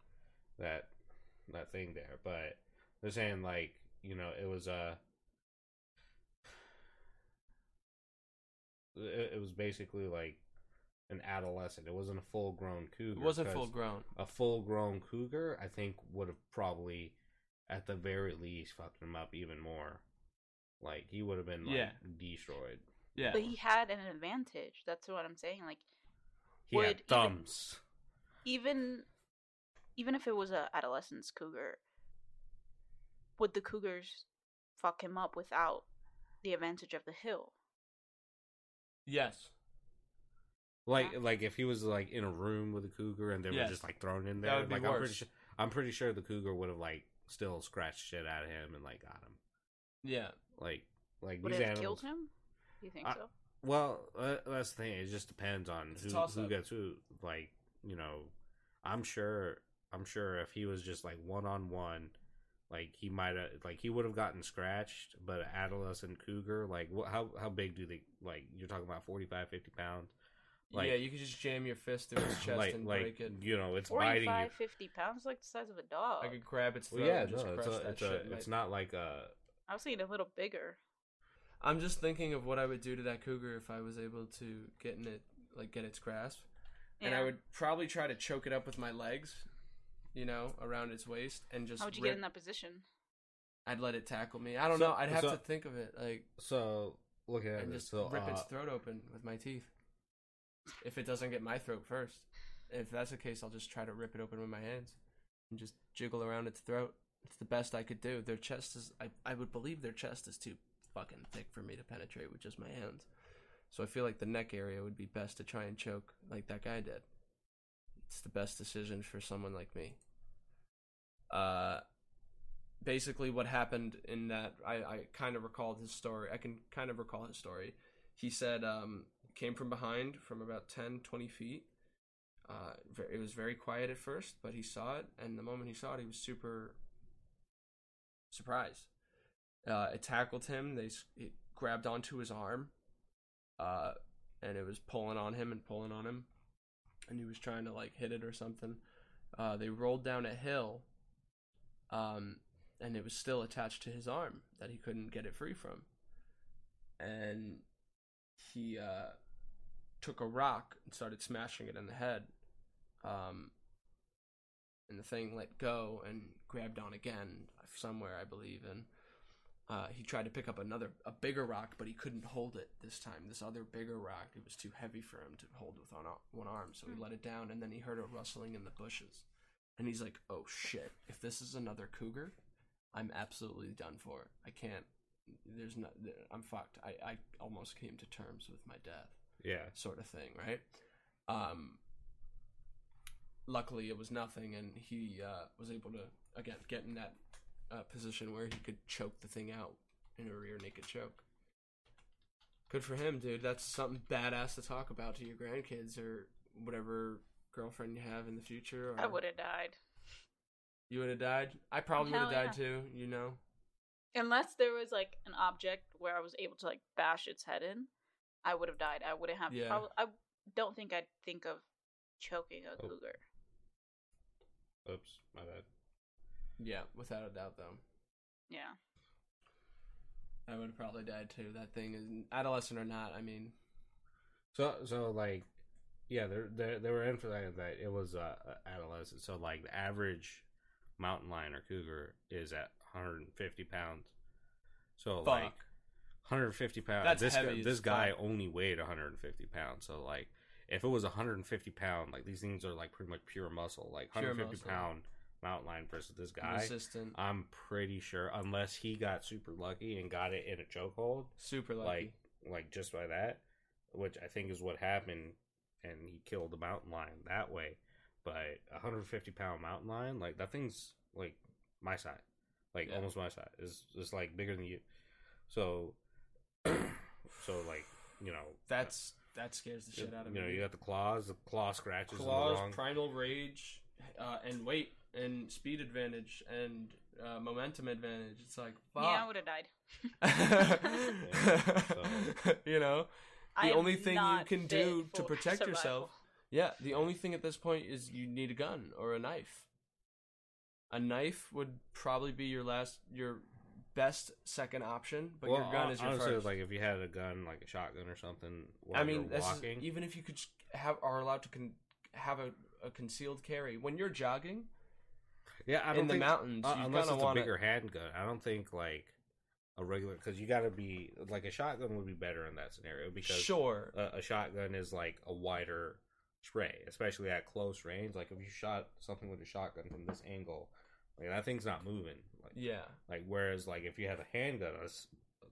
[SPEAKER 3] that that thing there but they're saying like you know it was uh it, it was basically like an adolescent it wasn't a full grown cougar
[SPEAKER 2] It wasn't
[SPEAKER 3] 'cause-
[SPEAKER 2] full grown.
[SPEAKER 3] a full grown cougar, I think would have probably, at the very least, fucked him up even more. Like he would have been like
[SPEAKER 2] Yeah.
[SPEAKER 3] destroyed.
[SPEAKER 2] Yeah.
[SPEAKER 1] But he had an advantage. That's what I'm saying. Like
[SPEAKER 3] He
[SPEAKER 1] Would
[SPEAKER 3] had
[SPEAKER 1] even-
[SPEAKER 3] thumbs.
[SPEAKER 1] even even if it was a adolescent's cougar, would the cougars fuck him up without the advantage of the hill?
[SPEAKER 2] Yes.
[SPEAKER 3] Like like if he was like in a room with a cougar and they
[SPEAKER 2] Yes.
[SPEAKER 3] were just like thrown in
[SPEAKER 2] That
[SPEAKER 3] there.
[SPEAKER 2] would be
[SPEAKER 3] like I'm pretty
[SPEAKER 2] worse.
[SPEAKER 3] sure I'm pretty sure the cougar would have like still scratched shit out of him and like got him.
[SPEAKER 2] Yeah.
[SPEAKER 3] Like like
[SPEAKER 1] Would
[SPEAKER 3] these
[SPEAKER 1] it have killed
[SPEAKER 3] animals.
[SPEAKER 1] him? Do you think
[SPEAKER 3] I-
[SPEAKER 1] so?
[SPEAKER 3] Well, uh, that's the thing. It just depends on
[SPEAKER 2] It's a
[SPEAKER 3] who, who
[SPEAKER 2] toss-up.
[SPEAKER 3] gets who. Like you know, I'm sure. I'm sure if he was just like one on one, like he might have, like he would have gotten scratched. But an adolescent cougar, like wh- how how big do they? Like you're talking about 45, 50 pounds. Like-
[SPEAKER 2] yeah, you could just jam your fist through his chest
[SPEAKER 3] like
[SPEAKER 2] and
[SPEAKER 3] like
[SPEAKER 2] break it.
[SPEAKER 3] you know, it's biting you.
[SPEAKER 1] 45, 50 pounds, like the size of a dog.
[SPEAKER 2] I could grab its throat
[SPEAKER 3] Well, yeah,
[SPEAKER 2] and just
[SPEAKER 3] no, it's
[SPEAKER 2] crush
[SPEAKER 3] a,
[SPEAKER 2] that
[SPEAKER 3] it's,
[SPEAKER 2] shit.
[SPEAKER 3] a,
[SPEAKER 2] and
[SPEAKER 3] it's
[SPEAKER 2] I-
[SPEAKER 3] not like a.
[SPEAKER 1] I was thinking a little bigger.
[SPEAKER 2] I'm just thinking of what I would do to that cougar if I was able to get in it, like get its grasp, and I
[SPEAKER 1] Yeah.
[SPEAKER 2] would probably try to choke it up with my legs, you know, around its waist, and just.
[SPEAKER 1] How would you
[SPEAKER 2] rip-
[SPEAKER 1] get in that position?
[SPEAKER 2] I'd let it tackle me. I don't
[SPEAKER 3] So-
[SPEAKER 2] know. I'd have
[SPEAKER 3] so-
[SPEAKER 2] to think of it like
[SPEAKER 3] So look at
[SPEAKER 2] and
[SPEAKER 3] it.
[SPEAKER 2] just
[SPEAKER 3] So
[SPEAKER 2] rip its
[SPEAKER 3] uh,
[SPEAKER 2] throat open with my teeth. If it doesn't get my throat first, if that's the case, I'll just try to rip it open with my hands and just jiggle around its throat. It's the best I could do. Their chest is, I, I would believe their chest is too fucking thick for me to penetrate with just my hands. So I feel like the neck area would be best to try and choke like that guy did. It's the best decision for someone like me. Uh, basically what happened in that I, I kind of recalled his story. I can kind of recall his story. He said um, came from behind from about 10, 20 feet. Uh, ver- it was very quiet at first, but he saw it, and the moment he saw it, he was super surprised. Uh, it tackled him. They s- it grabbed onto his arm, uh, and it was pulling on him and pulling on him, and he was trying to like hit it or something. Uh, they rolled down a hill, um, and it was still attached to his arm that he couldn't get it free from. And he uh, took a rock and started smashing it in the head. Um, and the thing let go and grabbed on again somewhere, I believe. And uh, he tried to pick up another, a bigger rock, but he couldn't hold it this time. This other bigger rock, it was too heavy for him to hold with on one arm, so he let it down. And then he heard a rustling in the bushes. And he's like, "Oh shit! If this is another cougar, I'm absolutely done for. I can't. There's no. I'm fucked. I I almost came to terms with my death,
[SPEAKER 3] yeah.
[SPEAKER 2] sort of thing, right? Um. Luckily, it was nothing, and he uh, was able to again get in that uh, position where he could choke the thing out in a rear naked choke. Good for him, dude. That's something badass to talk about to your grandkids or whatever girlfriend you have in the future. Or...
[SPEAKER 1] I would have died.
[SPEAKER 2] You would have died. I probably would
[SPEAKER 1] Hell
[SPEAKER 2] have died
[SPEAKER 1] yeah.
[SPEAKER 2] too. You know.
[SPEAKER 1] Unless there was like an object where I was able to like bash its head in, I would have died. I wouldn't have.
[SPEAKER 2] Yeah.
[SPEAKER 1] prob- I don't think I'd think of choking a
[SPEAKER 3] Oh.
[SPEAKER 1] cougar.
[SPEAKER 3] Oops, my bad.
[SPEAKER 2] Yeah, without a doubt, though.
[SPEAKER 1] Yeah.
[SPEAKER 2] I would have probably died too. That thing is adolescent or not. I mean,
[SPEAKER 3] So so like yeah, they they they were emphasizing that it was uh, adolescent. So like the average mountain lion or cougar is at 150 pounds. So
[SPEAKER 2] Fuck.
[SPEAKER 3] like 150 pounds.
[SPEAKER 2] That's
[SPEAKER 3] this
[SPEAKER 2] heavy
[SPEAKER 3] guy,
[SPEAKER 2] as
[SPEAKER 3] this guy
[SPEAKER 2] fuck.
[SPEAKER 3] only weighed 150 pounds. So like if it was 150 pound, like these things are like pretty much pure muscle. Like
[SPEAKER 2] Pure
[SPEAKER 3] 150
[SPEAKER 2] muscle.
[SPEAKER 3] pound mountain lion versus this guy.
[SPEAKER 2] resistant,
[SPEAKER 3] I'm pretty sure, unless he got super lucky and got it in a chokehold,
[SPEAKER 2] super
[SPEAKER 3] like
[SPEAKER 2] lucky.
[SPEAKER 3] like just by that, which I think is what happened, and he killed the mountain lion that way. But a 150 pound mountain lion, like that thing's like my size, like
[SPEAKER 2] Yeah.
[SPEAKER 3] almost my size. It's it's like bigger than you. So, so like you know uh,
[SPEAKER 2] That's that scares the shit out of
[SPEAKER 3] you know
[SPEAKER 2] me.
[SPEAKER 3] you got the claws, the claw scratches, in the
[SPEAKER 2] claws,
[SPEAKER 3] wrong-
[SPEAKER 2] primal rage, uh, and weight and speed advantage and uh, momentum advantage. It's like fuck.
[SPEAKER 1] Yeah, I would have died.
[SPEAKER 3] so-
[SPEAKER 2] you know,
[SPEAKER 1] I
[SPEAKER 2] the
[SPEAKER 1] am
[SPEAKER 2] only thing you
[SPEAKER 1] not
[SPEAKER 2] can
[SPEAKER 1] fit
[SPEAKER 2] do to
[SPEAKER 1] for
[SPEAKER 2] protect
[SPEAKER 1] survival.
[SPEAKER 2] yourself. Yeah, the only thing at this point is you need a gun or a knife. A knife would probably be your last, your best second option, but your gun is your
[SPEAKER 3] honestly,
[SPEAKER 2] first.
[SPEAKER 3] Like if you had a gun, like a shotgun or something, while
[SPEAKER 2] I mean,
[SPEAKER 3] you're
[SPEAKER 2] this is-
[SPEAKER 3] walking,
[SPEAKER 2] even if you could just have are allowed to con- have a, a concealed carry when you're jogging
[SPEAKER 3] yeah, I don't
[SPEAKER 2] in the
[SPEAKER 3] think,
[SPEAKER 2] mountains,
[SPEAKER 3] uh,
[SPEAKER 2] you
[SPEAKER 3] unless
[SPEAKER 2] kind
[SPEAKER 3] it's
[SPEAKER 2] of want
[SPEAKER 3] a bigger handgun. I don't think like a regular because you got to be like a shotgun would be better in that scenario because
[SPEAKER 2] sure.
[SPEAKER 3] a, a shotgun is like a wider spray, especially at close range. Like if you shot something with a shotgun from this angle, like that thing's not moving. Like,
[SPEAKER 2] yeah,
[SPEAKER 3] like whereas like if you had a handgun, it's,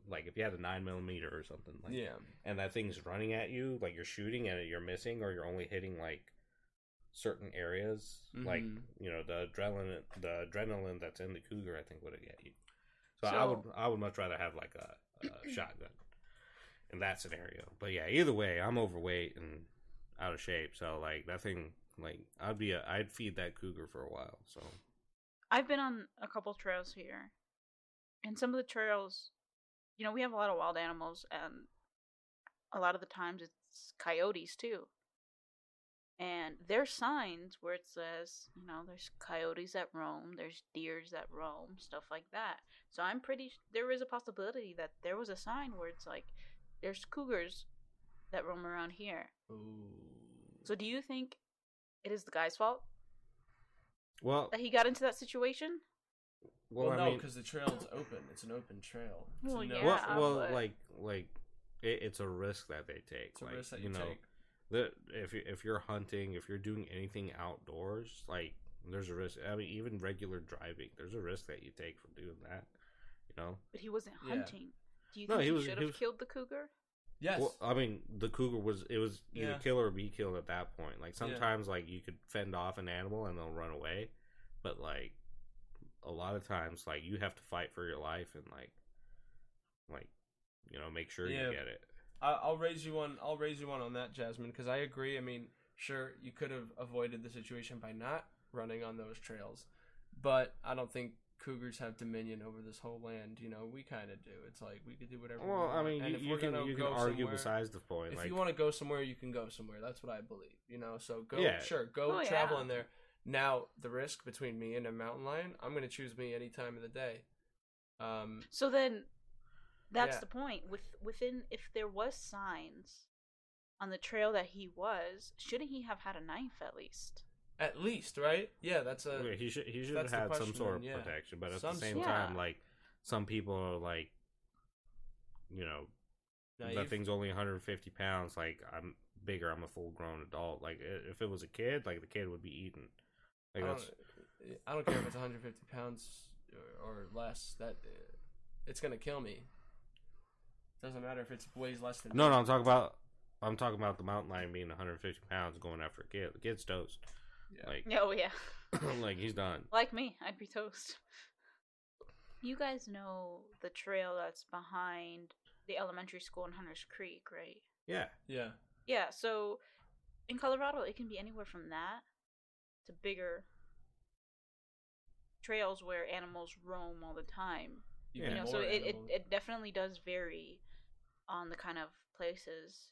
[SPEAKER 3] like if you had a nine millimeter or something, like
[SPEAKER 2] yeah,
[SPEAKER 3] and that thing's running at you, like you're shooting and you're missing, or you're only hitting like certain areas, like
[SPEAKER 2] Mhm.
[SPEAKER 3] you know the adrenaline, the adrenaline that's in the cougar, I think would get you. So, I
[SPEAKER 1] So-
[SPEAKER 3] would, I would much rather have like a, a shotgun in that scenario. But yeah, either way, I'm overweight and out of shape, so like that thing, like I'd be, a, I'd feed that cougar for a while. So
[SPEAKER 1] I've been on a couple trails here, and some of the trails, you know, we have a lot of wild animals, and a lot of the times it's coyotes too. And there's signs where it says, you know, there's coyotes that roam, there's deers that roam, stuff like that. So I'm pretty s- there is a possibility that there was a sign where it's like, there's cougars that roam around here. So do you think it is the guy's fault
[SPEAKER 3] well,
[SPEAKER 1] that he got into that situation?
[SPEAKER 3] well, I
[SPEAKER 2] no,
[SPEAKER 3] mean,
[SPEAKER 2] because the trail's open. It's an open trail. It's
[SPEAKER 1] Well,
[SPEAKER 2] a no-
[SPEAKER 1] yeah,
[SPEAKER 3] well, well,
[SPEAKER 1] but-
[SPEAKER 3] like like it, it's a risk that they take.
[SPEAKER 2] it's a
[SPEAKER 3] like,
[SPEAKER 2] risk that
[SPEAKER 3] you
[SPEAKER 2] you
[SPEAKER 3] know.
[SPEAKER 2] take.
[SPEAKER 3] the if you- if you're hunting, if you're doing anything outdoors, like there's a risk. I mean, even regular driving, there's a risk that you take from doing that. You know,
[SPEAKER 1] But he wasn't
[SPEAKER 2] Yeah.
[SPEAKER 1] hunting. Do you
[SPEAKER 3] No,
[SPEAKER 1] think
[SPEAKER 3] he
[SPEAKER 1] he,
[SPEAKER 3] was-
[SPEAKER 1] should
[SPEAKER 3] he
[SPEAKER 1] have
[SPEAKER 3] was-
[SPEAKER 1] killed the cougar?
[SPEAKER 2] Yes,
[SPEAKER 3] well, I mean, the cougar was it was either
[SPEAKER 2] Yeah.
[SPEAKER 3] kill or be killed at that point. Like
[SPEAKER 2] Yeah.
[SPEAKER 3] sometimes, like you could fend off an animal and they'll run away, but like a lot of times, like you have to fight for your life and like, like you know, make sure
[SPEAKER 2] Yeah.
[SPEAKER 3] you get it.
[SPEAKER 2] I, I'll raise you one. I'll raise you one on that, Jasmine, because I agree. I mean, sure, you could have avoided the situation by not running on those trails, but I don't think cougars have dominion over this whole land. You know, we kind of do. It's like we could do whatever. we
[SPEAKER 3] Well, I
[SPEAKER 2] want.
[SPEAKER 3] mean,
[SPEAKER 2] And
[SPEAKER 3] you,
[SPEAKER 2] if
[SPEAKER 3] you
[SPEAKER 2] we're
[SPEAKER 3] can
[SPEAKER 2] gonna
[SPEAKER 3] you can
[SPEAKER 2] go
[SPEAKER 3] argue
[SPEAKER 2] somewhere-
[SPEAKER 3] besides the point.
[SPEAKER 2] If
[SPEAKER 3] like,
[SPEAKER 2] you want to go somewhere, you can go somewhere. That's what I believe. You know, so go.
[SPEAKER 3] Yeah.
[SPEAKER 2] Sure, go
[SPEAKER 1] Oh, yeah.
[SPEAKER 2] travel in there. Now, the risk between me and a mountain lion, I'm gonna choose me any time of the day. Um,
[SPEAKER 1] So then, that's
[SPEAKER 2] Yeah.
[SPEAKER 1] the point. With within, if there was signs on the trail that he was, shouldn't he have had a knife at least?
[SPEAKER 2] at least, right? Yeah, that's a.
[SPEAKER 3] Yeah, he should he should have
[SPEAKER 2] that's the
[SPEAKER 3] had some
[SPEAKER 2] question
[SPEAKER 3] sort
[SPEAKER 2] then,
[SPEAKER 3] of
[SPEAKER 2] yeah.
[SPEAKER 3] protection, but at
[SPEAKER 2] Some
[SPEAKER 3] the same
[SPEAKER 1] sort.
[SPEAKER 3] time,
[SPEAKER 1] Yeah.
[SPEAKER 3] like some people are like, you know, that
[SPEAKER 2] naive-
[SPEAKER 3] thing's only 150 pounds. Like I'm bigger. I'm a full grown adult. Like i- if it was a kid, like the kid would be eaten. Like
[SPEAKER 2] I
[SPEAKER 3] that's
[SPEAKER 2] don't, I don't care if it's 150 pounds or, or less. That it's gonna kill me. Doesn't matter if it's weighs less than.
[SPEAKER 3] no,
[SPEAKER 2] me.
[SPEAKER 3] no. I'm talking about I'm talking about the mountain lion being 150 pounds going after a kid. The kid's toast.
[SPEAKER 2] Yeah.
[SPEAKER 3] Like
[SPEAKER 1] Oh yeah,
[SPEAKER 3] like he's done.
[SPEAKER 1] like me, I'd be toast. You guys know the trail that's behind the elementary school in Hunters Creek, right?
[SPEAKER 3] Yeah.
[SPEAKER 2] Yeah.
[SPEAKER 1] Yeah. So in Colorado, it can be anywhere from that to bigger trails where animals roam all the time.
[SPEAKER 3] Yeah.
[SPEAKER 1] you know so
[SPEAKER 2] more
[SPEAKER 1] it, it,
[SPEAKER 2] animals.
[SPEAKER 1] it definitely does vary on the kind of places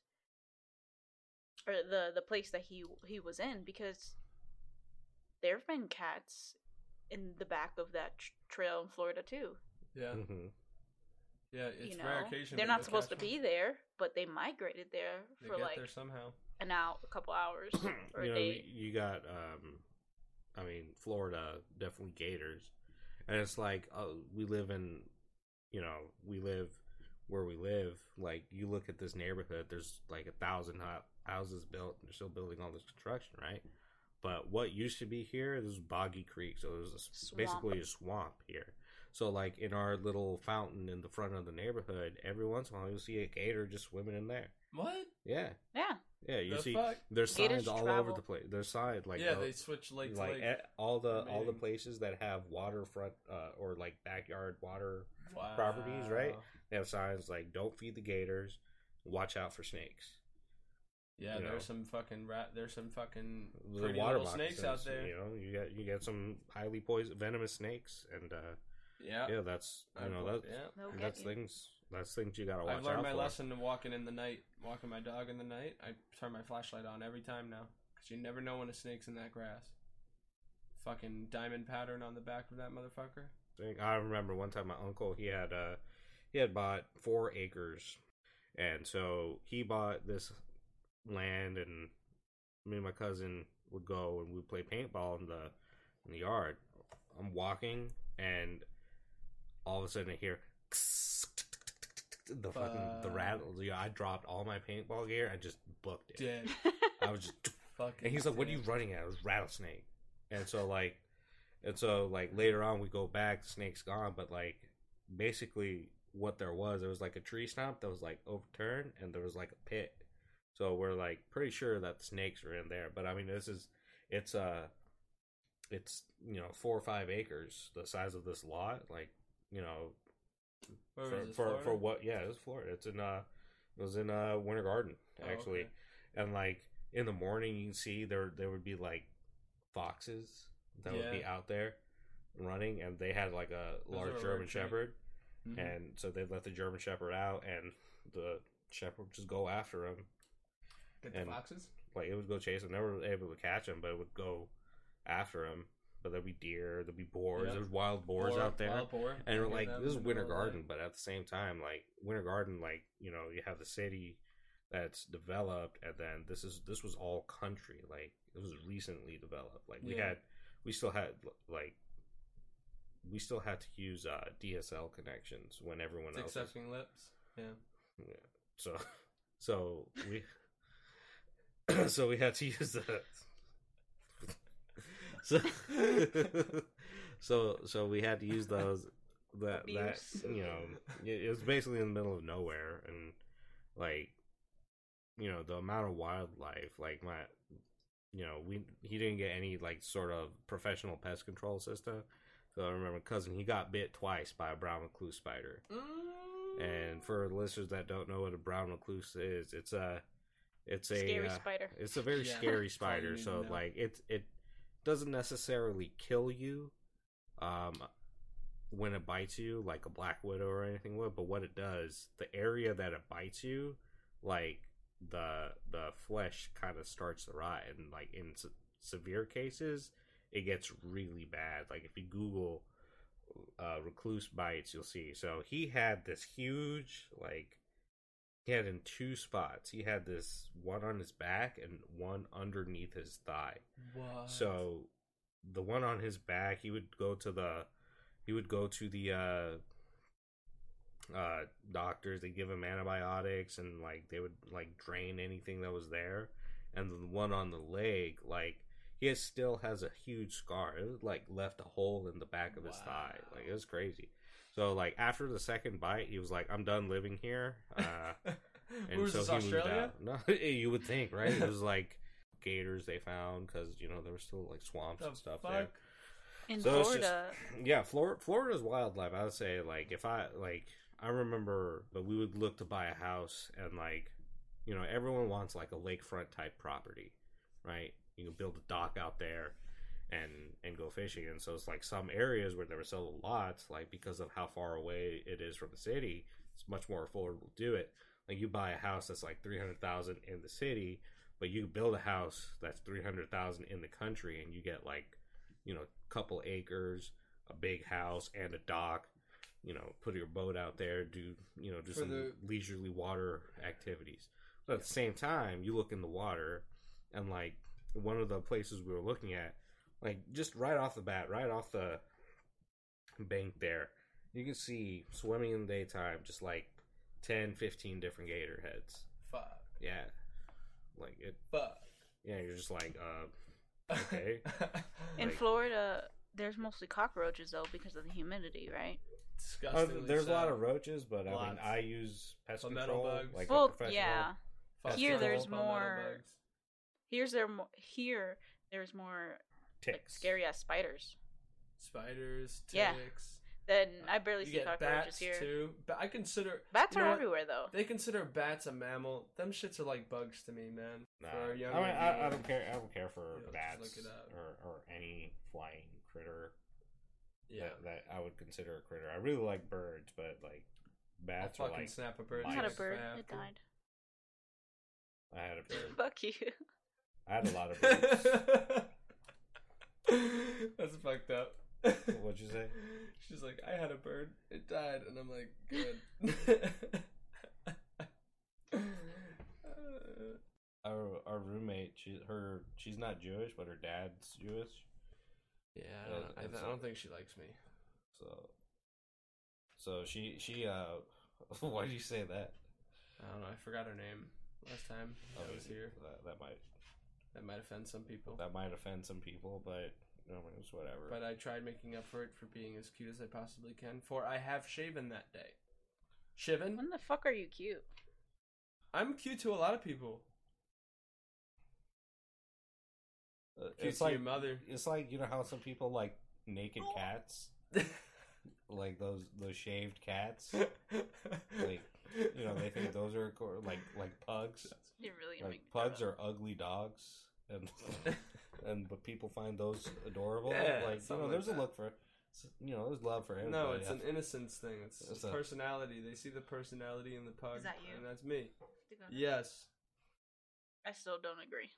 [SPEAKER 1] or the the place that he he was in because there have been cats in the back of that tr- trail in florida too
[SPEAKER 2] Yeah,
[SPEAKER 3] hmm
[SPEAKER 2] yeah. It's
[SPEAKER 1] you know,
[SPEAKER 2] rare occasion.
[SPEAKER 1] they're
[SPEAKER 2] that
[SPEAKER 1] not
[SPEAKER 2] you'll
[SPEAKER 1] supposed to
[SPEAKER 2] catch
[SPEAKER 1] be there, but they migrated there
[SPEAKER 2] them. They
[SPEAKER 1] for
[SPEAKER 2] get
[SPEAKER 1] like
[SPEAKER 2] there somehow.
[SPEAKER 1] an hour, a couple hours or a
[SPEAKER 3] you know,
[SPEAKER 1] day.
[SPEAKER 3] you got um I mean Florida definitely gators. And it's like uh, we live in you know, we live where we live, like you look at this neighborhood, there's like a thousand hou- houses built and they're still building all this construction, right? But what used to be here, this is Boggy Creek, so there's a s
[SPEAKER 1] Swamp.
[SPEAKER 3] basically a swamp here. So like in our little fountain in the front of the neighborhood, every once in a while you'll see a gator just swimming in there.
[SPEAKER 2] What?
[SPEAKER 3] Yeah.
[SPEAKER 1] yeah,
[SPEAKER 3] Yeah, you
[SPEAKER 2] The
[SPEAKER 3] see,
[SPEAKER 2] fuck?
[SPEAKER 3] there's
[SPEAKER 1] Gators
[SPEAKER 3] signs all over
[SPEAKER 1] travel.
[SPEAKER 3] the place. There's signs like
[SPEAKER 2] yeah,
[SPEAKER 3] uh,
[SPEAKER 2] they switch lake to
[SPEAKER 3] like, eh,
[SPEAKER 2] lake.
[SPEAKER 3] at all the all the
[SPEAKER 2] Amazing.
[SPEAKER 3] places that have waterfront uh, or like backyard water.
[SPEAKER 2] Wow.
[SPEAKER 3] properties, right? They have signs like "Don't feed the gators," "Watch out for snakes."
[SPEAKER 2] Yeah,
[SPEAKER 3] You
[SPEAKER 2] there's
[SPEAKER 3] know.
[SPEAKER 2] some fucking rat. There's some fucking
[SPEAKER 3] The
[SPEAKER 2] pretty
[SPEAKER 3] water
[SPEAKER 2] little
[SPEAKER 3] moccasins,
[SPEAKER 2] snakes out there.
[SPEAKER 3] You know, you got you got some highly poison, venomous snakes, and uh,
[SPEAKER 2] Yeah,
[SPEAKER 3] yeah, that's you know that's
[SPEAKER 2] yeah.
[SPEAKER 1] they'll get
[SPEAKER 3] that's
[SPEAKER 1] you.
[SPEAKER 3] things that's things you gotta watch
[SPEAKER 2] I've learned
[SPEAKER 3] out
[SPEAKER 2] my
[SPEAKER 3] for.
[SPEAKER 2] lesson to walking in the night, walking my dog in the night. I turn my flashlight on every time now because you never know when a snake's in that grass. Fucking diamond pattern on the back of that motherfucker.
[SPEAKER 3] thing. I remember one time my uncle he had uh he had bought four acres, and so he bought this land, and me and my cousin would go and we'd play paintball in the in the yard. I'm walking, and all of a sudden I hear the fucking the
[SPEAKER 2] Fuck.
[SPEAKER 3] rattles. Yeah, I dropped all my paintball gear. I just booked it.
[SPEAKER 2] Dead.
[SPEAKER 3] I was just
[SPEAKER 2] fucking.
[SPEAKER 3] and he's like, "What are
[SPEAKER 2] dead.
[SPEAKER 3] you running at?" It was rattlesnake. And so like, and so like later on we go back, the snake's gone. But like, basically what there was, there was like a tree stump that was like overturned, and there was like a pit. So we're like pretty sure that the snakes were in there. But I mean, this is it's uh it's you know four or five acres the size of this lot. Like you know
[SPEAKER 2] Where was
[SPEAKER 3] for
[SPEAKER 2] Oh, this,
[SPEAKER 3] for,
[SPEAKER 2] Florida?
[SPEAKER 3] for what? Yeah, it was Florida. It's in uh, it was in uh Winter Garden
[SPEAKER 2] Oh,
[SPEAKER 3] actually,
[SPEAKER 2] okay.
[SPEAKER 3] and like in the morning you can see there there would be like foxes that would be
[SPEAKER 2] Yeah.
[SPEAKER 3] out there running, and they had like a
[SPEAKER 2] Those are a
[SPEAKER 3] large
[SPEAKER 2] rare
[SPEAKER 3] German
[SPEAKER 2] treat.
[SPEAKER 3] Shepherd,
[SPEAKER 2] Mhm.
[SPEAKER 3] and so they let the German Shepherd out, and the Shepherd would just go after him.
[SPEAKER 2] Get the
[SPEAKER 3] and-
[SPEAKER 2] foxes.
[SPEAKER 3] Like it would go chase him. They were able to catch him, but it would go after him. But there'd be deer, there'd be boars,
[SPEAKER 2] Yeah.
[SPEAKER 3] there's wild boars
[SPEAKER 2] Boar,
[SPEAKER 3] out there.
[SPEAKER 2] wild boar.
[SPEAKER 3] And
[SPEAKER 2] You
[SPEAKER 3] we're
[SPEAKER 2] hear
[SPEAKER 3] like,
[SPEAKER 2] them uh,
[SPEAKER 3] this is
[SPEAKER 2] in the
[SPEAKER 3] Winter
[SPEAKER 2] middle of the
[SPEAKER 3] Garden, but at the same time, like Winter Garden, like you know, you have the city that's developed, and then this is this was all country, like it was recently developed. Like we
[SPEAKER 2] Yeah.
[SPEAKER 3] had, we still had like we still had to use uh, DSL connections when everyone
[SPEAKER 2] night.
[SPEAKER 3] else. was-
[SPEAKER 2] Sucking lips. Yeah.
[SPEAKER 3] yeah. So, so we, so we had to use the. So, so, so we had to use those. That
[SPEAKER 1] Abuse.
[SPEAKER 3] that you know, it, it was basically in the middle of nowhere, and like, you know, the amount of wildlife, like my, you know, we he didn't get any like sort of professional pest control system. So I remember cousin he got bit twice by a brown recluse spider. And for the listeners that don't know what a brown recluse is, it's a it's a
[SPEAKER 1] scary
[SPEAKER 3] uh,
[SPEAKER 1] spider.
[SPEAKER 3] it's a very
[SPEAKER 2] Yeah.
[SPEAKER 3] scary
[SPEAKER 2] That's all you
[SPEAKER 3] spider.
[SPEAKER 2] need to
[SPEAKER 3] So
[SPEAKER 2] know.
[SPEAKER 3] like it it doesn't necessarily kill you, um, when it bites you like a black widow or anything would. But what it does, the area that it bites you, like the the flesh kind of starts to rot, and like in se- severe cases, it gets really bad. Like if you Google uh, recluse bites, you'll see. So he had this huge, like, he had in two spots. He had this one on his back and one underneath his thigh.
[SPEAKER 2] What?
[SPEAKER 3] So the one on his back, he would go to the, he would go to the uh, uh, doctors. They give him antibiotics and like they would like drain anything that was there. And the one on the leg, like he has, still has a huge scar. It like left a hole in the back of his thigh.
[SPEAKER 2] Wow.
[SPEAKER 3] Like it was crazy. So like after the second bite, he was like, "I'm done living here." Uh, and
[SPEAKER 2] Where's
[SPEAKER 3] so
[SPEAKER 2] this
[SPEAKER 3] he
[SPEAKER 2] Australia?
[SPEAKER 3] moved out. No, you would think, right? It was like gators they found because you know there were still like swamps
[SPEAKER 2] The
[SPEAKER 3] and stuff
[SPEAKER 2] fuck?
[SPEAKER 3] there.
[SPEAKER 1] In
[SPEAKER 3] So it's just-
[SPEAKER 1] Florida,
[SPEAKER 3] Yeah, Flor- Florida's wildlife. I would say like if I like I remember, but we would look to buy a house and like you know everyone wants like a lakefront type property, right? You can build a dock out there and and go fishing. And so it's like some areas where there were several lots, like because of how far away it is from the city, it's much more affordable to do it. Like you buy a house that's like three hundred thousand in the city, but you build a house that's three hundred thousand in the country, and you get like you know a couple acres, a big house, and a dock. you know, put your boat out there, do you know, do
[SPEAKER 2] For
[SPEAKER 3] some
[SPEAKER 2] the-
[SPEAKER 3] leisurely water activities. But at the same time, you look in the water, and like one of the places we were looking at, like just right off the bat, right off the bank there, you can see swimming in the daytime, just like 10, 15 different gator heads.
[SPEAKER 2] Fuck.
[SPEAKER 3] Yeah, like it.
[SPEAKER 2] Fuck.
[SPEAKER 3] Yeah, you're just like, uh, Okay.
[SPEAKER 1] In
[SPEAKER 3] Like-
[SPEAKER 1] Florida, there's mostly cockroaches though because of the humidity, right?
[SPEAKER 3] Uh,
[SPEAKER 2] Disgustingly
[SPEAKER 3] there's a lot
[SPEAKER 2] so.
[SPEAKER 3] of roaches, but I mean,
[SPEAKER 2] Lots.
[SPEAKER 3] I use pest
[SPEAKER 2] Palmetto
[SPEAKER 3] control.
[SPEAKER 2] bugs.
[SPEAKER 3] Like a
[SPEAKER 1] well,
[SPEAKER 3] professional.
[SPEAKER 1] yeah.
[SPEAKER 2] Fuck
[SPEAKER 3] Here
[SPEAKER 2] all
[SPEAKER 3] there's
[SPEAKER 2] palmetto
[SPEAKER 1] more-
[SPEAKER 2] bugs.
[SPEAKER 1] Here's there mo- here there's more like,
[SPEAKER 3] ticks.
[SPEAKER 1] scary ass spiders
[SPEAKER 2] spiders, ticks.
[SPEAKER 1] Yeah. than I barely
[SPEAKER 2] Uh, You
[SPEAKER 1] see
[SPEAKER 2] get
[SPEAKER 1] cockroaches
[SPEAKER 2] bats
[SPEAKER 1] here.
[SPEAKER 2] too. But I consider
[SPEAKER 1] Bats
[SPEAKER 2] you know
[SPEAKER 1] are
[SPEAKER 2] what?
[SPEAKER 1] everywhere though.
[SPEAKER 2] They consider bats a mammal. Them shits are like bugs to me, man.
[SPEAKER 3] Nah.
[SPEAKER 2] For a young
[SPEAKER 3] I, mean, I, I
[SPEAKER 2] lady.
[SPEAKER 3] don't care. I don't care for
[SPEAKER 2] Yeah, just
[SPEAKER 3] bats
[SPEAKER 2] look it up.
[SPEAKER 3] or, or any flying critter
[SPEAKER 2] Yeah,
[SPEAKER 3] that, that I would consider a critter. I really like birds, but like
[SPEAKER 2] I'll
[SPEAKER 3] bats are
[SPEAKER 2] fucking
[SPEAKER 3] like
[SPEAKER 2] snap a bird.
[SPEAKER 3] I
[SPEAKER 1] I
[SPEAKER 3] mice.
[SPEAKER 1] had a
[SPEAKER 3] guess if
[SPEAKER 1] bird.
[SPEAKER 2] I have
[SPEAKER 1] It
[SPEAKER 2] to.
[SPEAKER 1] died.
[SPEAKER 3] I had a bird.
[SPEAKER 1] Fuck you.
[SPEAKER 3] I had a lot of birds.
[SPEAKER 2] That's fucked up.
[SPEAKER 3] What'd you say?
[SPEAKER 2] She's like, I had a bird. It died, and I'm like,
[SPEAKER 1] Mm.
[SPEAKER 2] good. Uh,
[SPEAKER 3] Our our roommate, she her she's not Jewish, but her dad's Jewish.
[SPEAKER 2] yeah, I
[SPEAKER 3] Yeah,
[SPEAKER 2] don't, I,
[SPEAKER 3] it's
[SPEAKER 2] I don't
[SPEAKER 3] like-
[SPEAKER 2] think she likes me.
[SPEAKER 3] So so she she uh why do you say that?
[SPEAKER 2] I don't know. I forgot her name last time
[SPEAKER 3] I
[SPEAKER 2] I was
[SPEAKER 3] mean,
[SPEAKER 2] here.
[SPEAKER 3] That, that might
[SPEAKER 2] That might offend some people.
[SPEAKER 3] that might offend some people, but I mean, it's whatever.
[SPEAKER 2] But uh, I tried making up for it for being as cute as I possibly can. For I have shaven that day. Shiven?
[SPEAKER 1] When the fuck are you cute?
[SPEAKER 2] I'm cute to a lot of people.
[SPEAKER 3] Uh,
[SPEAKER 2] Cute
[SPEAKER 3] it's
[SPEAKER 2] to
[SPEAKER 3] like
[SPEAKER 2] your mother.
[SPEAKER 3] it's like you know how some people like naked cats, like those those shaved cats.
[SPEAKER 2] like,
[SPEAKER 3] You know they think those are co- like like pugs.
[SPEAKER 1] It really
[SPEAKER 3] Like
[SPEAKER 1] make me throw
[SPEAKER 3] pugs
[SPEAKER 1] up.
[SPEAKER 3] are ugly dogs, and and but people find those adorable.
[SPEAKER 2] Yeah,
[SPEAKER 3] like you
[SPEAKER 2] something
[SPEAKER 3] know,
[SPEAKER 2] like
[SPEAKER 3] there's
[SPEAKER 2] that.
[SPEAKER 3] a look for, you know, there's love for everybody.
[SPEAKER 2] No, it's an innocence thing. It's,
[SPEAKER 3] It's
[SPEAKER 2] it's
[SPEAKER 3] a-
[SPEAKER 2] personality. They see the personality in the pug.
[SPEAKER 1] Is that you?
[SPEAKER 2] And that's me.
[SPEAKER 1] Stick on it.
[SPEAKER 2] Yes.
[SPEAKER 1] I still don't agree.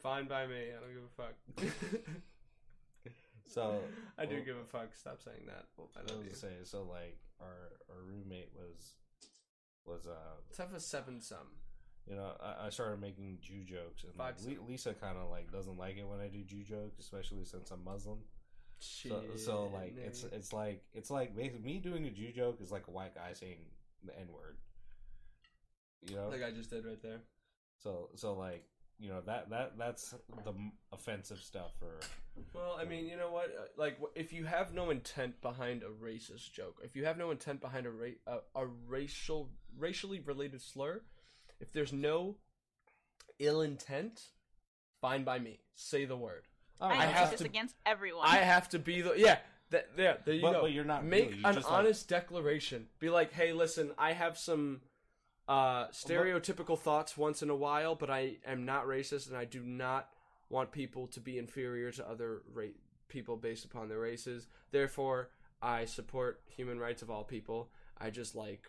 [SPEAKER 2] Fine by me. I don't give a fuck.
[SPEAKER 3] so
[SPEAKER 2] I do
[SPEAKER 3] well,
[SPEAKER 2] give a fuck. Stop saying that. I
[SPEAKER 3] I
[SPEAKER 2] love
[SPEAKER 3] was
[SPEAKER 2] you.
[SPEAKER 3] gonna say so. Like our our roommate was was uh
[SPEAKER 2] Let's have a seven sum.
[SPEAKER 3] you know, I, I started making Jew jokes, and like,
[SPEAKER 2] Five
[SPEAKER 3] Le- Lisa kind of like doesn't like it when I do Jew jokes, especially since I'm Muslim. So, so
[SPEAKER 2] Shit,
[SPEAKER 3] like it's
[SPEAKER 2] nigga.
[SPEAKER 3] it's like it's like basically me doing a Jew joke is like a white guy saying the N word. You know,
[SPEAKER 2] like I just did right there.
[SPEAKER 3] so so like you know that that that's the m- offensive stuff for
[SPEAKER 2] Well, I mean, you know what? Uh, Like, wh- if you have no intent behind a racist joke, if you have no intent behind a ra- a, a racial racially related slur, if there's no ill intent, fine by me. Say the word.
[SPEAKER 3] Oh,
[SPEAKER 1] I,
[SPEAKER 2] I
[SPEAKER 1] know
[SPEAKER 2] have
[SPEAKER 1] this
[SPEAKER 2] to-
[SPEAKER 1] against everyone.
[SPEAKER 2] I have to be the yeah. That yeah. There you
[SPEAKER 3] But-
[SPEAKER 2] go.
[SPEAKER 3] but you're not
[SPEAKER 2] make
[SPEAKER 3] really, you
[SPEAKER 2] an
[SPEAKER 3] just, like-
[SPEAKER 2] honest declaration. Be like, hey, listen, I have some uh stereotypical thoughts once in a while, but I am not racist, and I do not want people to be inferior to other ra- people based upon their races. Therefore, I support human rights of all people. I just like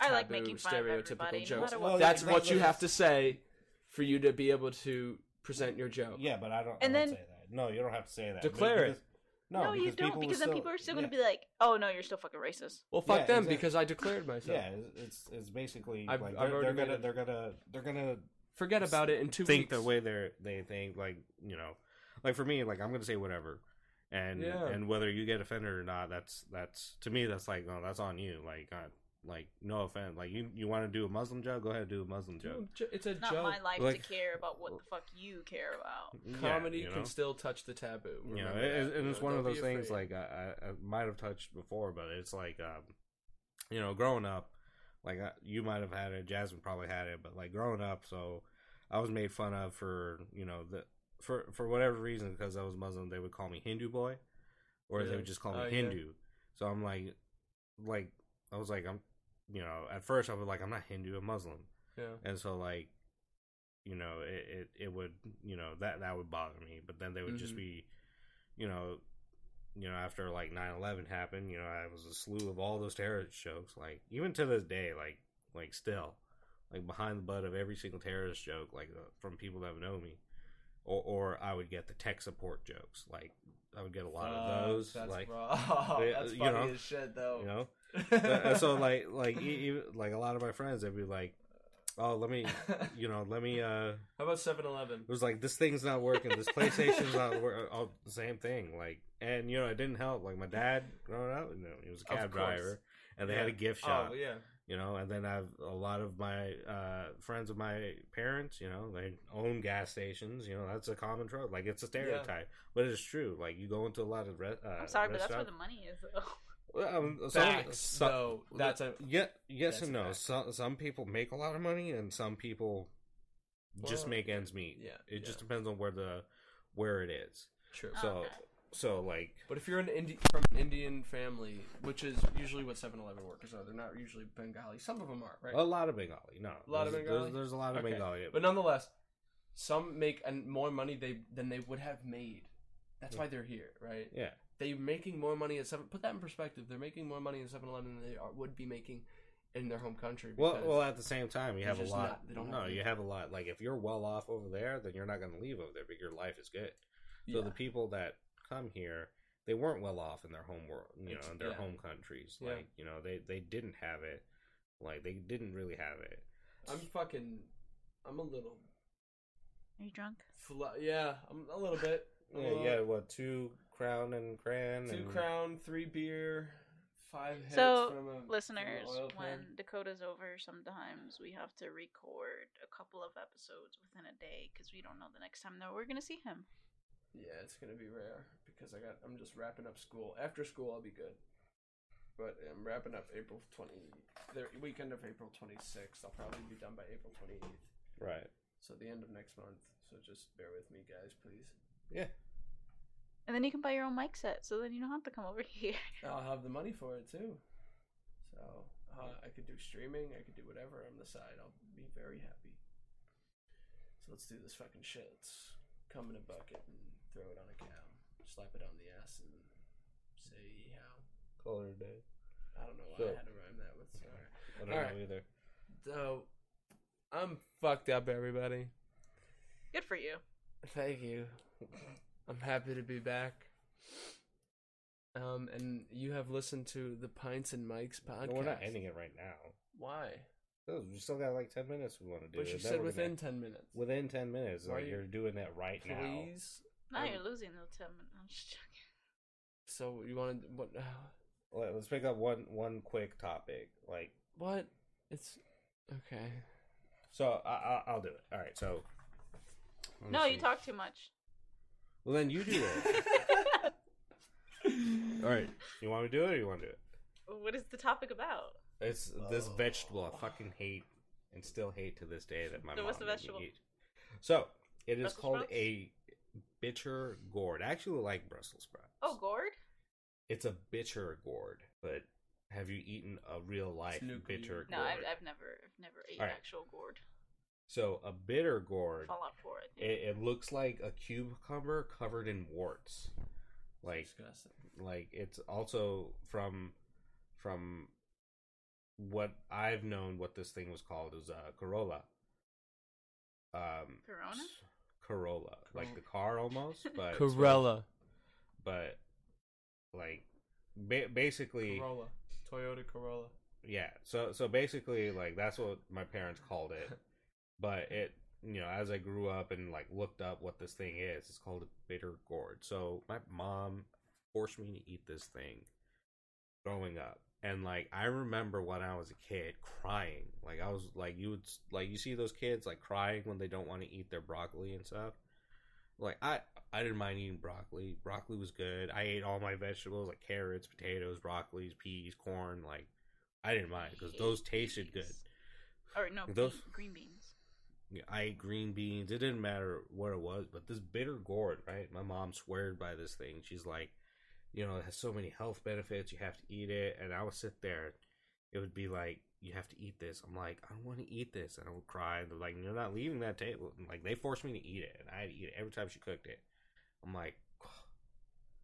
[SPEAKER 1] I like
[SPEAKER 2] taboo,
[SPEAKER 1] making fun of everybody, no matter what
[SPEAKER 3] Well,
[SPEAKER 2] That's
[SPEAKER 3] Oh, yeah,
[SPEAKER 2] what you
[SPEAKER 3] that's-
[SPEAKER 2] have to say for you to be able to present your joke.
[SPEAKER 3] yeah, but I don't.
[SPEAKER 1] And
[SPEAKER 3] I don't
[SPEAKER 1] then-
[SPEAKER 3] say that. no, you don't have to say that.
[SPEAKER 2] Declare it.
[SPEAKER 3] because, No,
[SPEAKER 1] no, you don't,
[SPEAKER 3] will
[SPEAKER 1] because then
[SPEAKER 3] still-
[SPEAKER 1] people are still
[SPEAKER 3] yeah.
[SPEAKER 1] gonna be like, "Oh no, you're still fucking racist."
[SPEAKER 2] Well, fuck
[SPEAKER 3] Yeah,
[SPEAKER 2] them
[SPEAKER 3] exactly.
[SPEAKER 2] because I declared myself.
[SPEAKER 3] Yeah, it's- it's it's basically
[SPEAKER 2] I've-
[SPEAKER 3] like
[SPEAKER 2] I've
[SPEAKER 3] they're, they're
[SPEAKER 2] already made
[SPEAKER 3] gonna
[SPEAKER 2] it.
[SPEAKER 3] they're gonna they're gonna
[SPEAKER 2] Forget about it in two weeks.
[SPEAKER 3] think the way they they think like you know like for me like i'm gonna say whatever and
[SPEAKER 2] Yeah.
[SPEAKER 3] and whether you get offended or not that's that's to me that's like oh that's on you like I, like no offense like you you want to do a muslim joke go ahead and do a muslim joke
[SPEAKER 2] No, jo- It's a
[SPEAKER 1] It's not
[SPEAKER 2] joke.
[SPEAKER 1] my life
[SPEAKER 3] Like- uh,
[SPEAKER 1] to care about what the fuck you care about.
[SPEAKER 3] Yeah,
[SPEAKER 2] Comedy
[SPEAKER 3] you know?
[SPEAKER 2] can still touch the taboo.
[SPEAKER 3] you know,
[SPEAKER 2] Remember
[SPEAKER 3] it-
[SPEAKER 2] that.
[SPEAKER 3] and
[SPEAKER 2] You
[SPEAKER 3] it's
[SPEAKER 2] know,
[SPEAKER 3] one of
[SPEAKER 2] don't
[SPEAKER 3] those
[SPEAKER 2] be
[SPEAKER 3] things
[SPEAKER 2] afraid.
[SPEAKER 3] like I, I I might have touched before, but it's like, um, you know, growing up, like I, you might have had it, Jasmine probably had it, but like growing up, so I was made fun of for you know the for for whatever reason because I was Muslim, they would call me Hindu boy, or they
[SPEAKER 2] Yeah.
[SPEAKER 3] would just call me
[SPEAKER 2] Oh, yeah.
[SPEAKER 3] Hindu. So I'm like, like I was like I'm, you know, at first I was like I'm not Hindu, I'm Muslim,
[SPEAKER 2] Yeah.
[SPEAKER 3] and so like you know it, it, it would you know that that would bother me but then they would just
[SPEAKER 2] Mhm.
[SPEAKER 3] be you know you know after like 9-11 happened you know i was a slew of all those terrorist jokes like even to this day like like still like behind the butt of every single terrorist joke like uh, from people that know me or, or i would get the tech support jokes like I would get a lot of those.
[SPEAKER 2] That's
[SPEAKER 3] like
[SPEAKER 2] raw.
[SPEAKER 3] Yeah,
[SPEAKER 2] that's
[SPEAKER 3] you
[SPEAKER 2] funny
[SPEAKER 3] know,
[SPEAKER 2] as shit, though.
[SPEAKER 3] you know, Uh, so like like e- even like a lot of my friends they'd be like oh let me
[SPEAKER 2] how
[SPEAKER 3] you know let me uh
[SPEAKER 2] about 7-Eleven?
[SPEAKER 3] it was like this thing's not working this playstation's not working oh same thing like and you know it didn't help like my dad growing up you know he was a
[SPEAKER 2] Of
[SPEAKER 3] cab
[SPEAKER 2] course.
[SPEAKER 3] driver and they had a
[SPEAKER 2] Yeah.
[SPEAKER 3] gift shop
[SPEAKER 2] Oh yeah,
[SPEAKER 3] you know and then i've a lot of my uh friends of my parents you know they own gas stations you know that's a common trope like it's a stereotype but it's true like you go into a lot of re- uh,
[SPEAKER 1] I'm sorry, but that's where
[SPEAKER 3] restaurant-
[SPEAKER 1] the money is. Though.
[SPEAKER 3] Well, um, some-
[SPEAKER 2] facts.
[SPEAKER 3] some-
[SPEAKER 2] though. That's a
[SPEAKER 3] yeah, yes
[SPEAKER 2] that's
[SPEAKER 3] and
[SPEAKER 2] a
[SPEAKER 3] no.
[SPEAKER 2] fact.
[SPEAKER 3] Some some people make a lot of money, and some people just
[SPEAKER 2] Well,
[SPEAKER 3] make ends meet.
[SPEAKER 2] yeah,
[SPEAKER 3] it
[SPEAKER 2] yeah.
[SPEAKER 3] just depends on where the where it is.
[SPEAKER 2] true.
[SPEAKER 1] Oh,
[SPEAKER 3] So
[SPEAKER 1] okay.
[SPEAKER 3] so like
[SPEAKER 2] But if you're an Indi- from an Indian family, which is usually what 7-Eleven workers are, they're not usually Bengali. Some of them are, right?
[SPEAKER 3] a lot of Bengali. No,
[SPEAKER 2] A lot of
[SPEAKER 3] there's-
[SPEAKER 2] Bengali?
[SPEAKER 3] There's, there's a lot of
[SPEAKER 2] Okay.
[SPEAKER 3] Bengali.
[SPEAKER 2] But nonetheless, some make an- more money they than they would have made. That's why they're here, right?
[SPEAKER 3] yeah,
[SPEAKER 2] They're making more money at seven. Put that in perspective. They're making more money in 7-Eleven than they are, would be making in their home country.
[SPEAKER 3] well,
[SPEAKER 2] because-
[SPEAKER 3] well, at the same time, you
[SPEAKER 2] they're
[SPEAKER 3] have a
[SPEAKER 2] just
[SPEAKER 3] lot.
[SPEAKER 2] not- they don't
[SPEAKER 3] no,
[SPEAKER 2] have-
[SPEAKER 3] you have a lot. Like if you're well off over there, then you're not going to leave over there. But your life is good. So
[SPEAKER 2] yeah.
[SPEAKER 3] the people that come here, they weren't well off in their home world, you know,
[SPEAKER 2] Ex-
[SPEAKER 3] in their
[SPEAKER 2] yeah.
[SPEAKER 3] home countries.
[SPEAKER 2] Yeah.
[SPEAKER 3] Like you know, they they didn't have it. Like they didn't really have it.
[SPEAKER 2] I'm fucking. I'm a little.
[SPEAKER 1] Are you drunk?
[SPEAKER 2] Fla- yeah, I'm a little bit. I'm a
[SPEAKER 3] Yeah,
[SPEAKER 2] little-
[SPEAKER 3] yeah. What two crown and cran?
[SPEAKER 2] Two
[SPEAKER 3] and...
[SPEAKER 2] crown, three beer, five hits
[SPEAKER 1] So,
[SPEAKER 2] from a from an
[SPEAKER 1] Listeners,
[SPEAKER 2] oil
[SPEAKER 1] when
[SPEAKER 2] pan.
[SPEAKER 1] Dakota's over, sometimes we have to record a couple of episodes within a day because we don't know the next time that we're gonna see him.
[SPEAKER 2] Yeah, it's gonna be rare because I got. I'm just wrapping up school. After school, I'll be good. But I'm wrapping up April twenty. The weekend of April twenty sixth. I'll probably be done by April twenty eighth.
[SPEAKER 3] Right.
[SPEAKER 2] So the end of next month. So just bear with me, guys, please.
[SPEAKER 3] Yeah.
[SPEAKER 1] And then you can buy your own mic set, so then you don't have to come over here.
[SPEAKER 2] I'll have the money for it too. So uh, I could do streaming. I could do whatever on the side. I'll be very happy. So let's do this fucking shit. Let's come in a bucket and throw it on a cow. Slap it on the ass and say how.
[SPEAKER 3] Call it a day.
[SPEAKER 2] eh? I don't know why I
[SPEAKER 3] So-
[SPEAKER 2] had to rhyme that with. Sorry.
[SPEAKER 3] I don't
[SPEAKER 2] Alright.
[SPEAKER 3] know either.
[SPEAKER 2] So I'm fucked up, everybody.
[SPEAKER 1] Good for you.
[SPEAKER 2] Thank you. I'm happy to be back. Um, and you have listened to the Pints and Mikes podcast.
[SPEAKER 3] No, we're not ending it right now.
[SPEAKER 2] Why?
[SPEAKER 3] No, We still got like ten minutes. We want to do.
[SPEAKER 2] But
[SPEAKER 3] it.
[SPEAKER 2] you
[SPEAKER 3] Then
[SPEAKER 2] said
[SPEAKER 3] we're gonna-
[SPEAKER 2] within ten minutes.
[SPEAKER 3] within ten minutes.
[SPEAKER 2] Why
[SPEAKER 3] Like
[SPEAKER 2] are you-
[SPEAKER 3] you're doing that right now.
[SPEAKER 2] Please.
[SPEAKER 1] Now
[SPEAKER 2] Um,
[SPEAKER 1] you're losing the ten minutes. I'm just joking.
[SPEAKER 2] So you want to what?
[SPEAKER 3] Let- Let's pick up one one quick topic. Like
[SPEAKER 2] What? It's okay.
[SPEAKER 3] so, I, I, I'll do it. All right. So. let me
[SPEAKER 1] No, you
[SPEAKER 3] see.
[SPEAKER 1] talk too much.
[SPEAKER 3] Well, then you do it. All right. You want me to do it, or you want to do it?
[SPEAKER 1] What is the topic about?
[SPEAKER 3] It's this vegetable I fucking hate and still hate to this day that my
[SPEAKER 1] So
[SPEAKER 3] mom
[SPEAKER 1] what's the
[SPEAKER 3] made me
[SPEAKER 1] vegetable?
[SPEAKER 3] eat. So it is
[SPEAKER 1] Brussels
[SPEAKER 3] called
[SPEAKER 1] sprouts?
[SPEAKER 3] a bitter gourd. I actually like Brussels sprouts.
[SPEAKER 1] Oh, gourd.
[SPEAKER 3] it's a bitter gourd. But have you eaten a real life
[SPEAKER 2] nuclear.
[SPEAKER 3] bitter gourd?
[SPEAKER 1] No, I've, I've never, I've never ate
[SPEAKER 3] Alright.
[SPEAKER 1] actual gourd.
[SPEAKER 3] So a bitter gourd,
[SPEAKER 1] Fallout Four. I think.
[SPEAKER 3] it, it looks like a cucumber covered in warts. Like
[SPEAKER 2] Disgusting.
[SPEAKER 3] like it's also from from what I've known what this thing was called is uh Corolla. Um
[SPEAKER 1] Corona?
[SPEAKER 3] s- Corolla. Like
[SPEAKER 2] Corol-
[SPEAKER 3] the car almost, but it's-
[SPEAKER 2] Corella.
[SPEAKER 3] but like ba- basically
[SPEAKER 2] Corolla. Toyota Corolla.
[SPEAKER 3] yeah. So so basically like that's what my parents called it. but it you know as i grew up and like looked up what this thing is it's called a bitter gourd so my mom forced me to eat this thing growing up and like i remember when i was a kid crying like i was like you would like you see those kids like crying when they don't want to eat their broccoli and stuff like i i didn't mind eating broccoli broccoli was good i ate all my vegetables like carrots potatoes broccolis peas corn like i didn't mind because those tasted good
[SPEAKER 1] Peas. Or no,
[SPEAKER 3] Those-
[SPEAKER 1] green- green beans.
[SPEAKER 3] yeah, I ate green beans. It didn't matter what it was, but this bitter gourd, right? My mom sweared by this thing. She's like, you know, it has so many health benefits. You have to eat it. And I would sit there. It would be like, you have to eat this. I'm like, I don't want to eat this. And I would cry. And they're like, you're not leaving that table. And like, they forced me to eat it. And I had to eat it every time she cooked it. I'm like,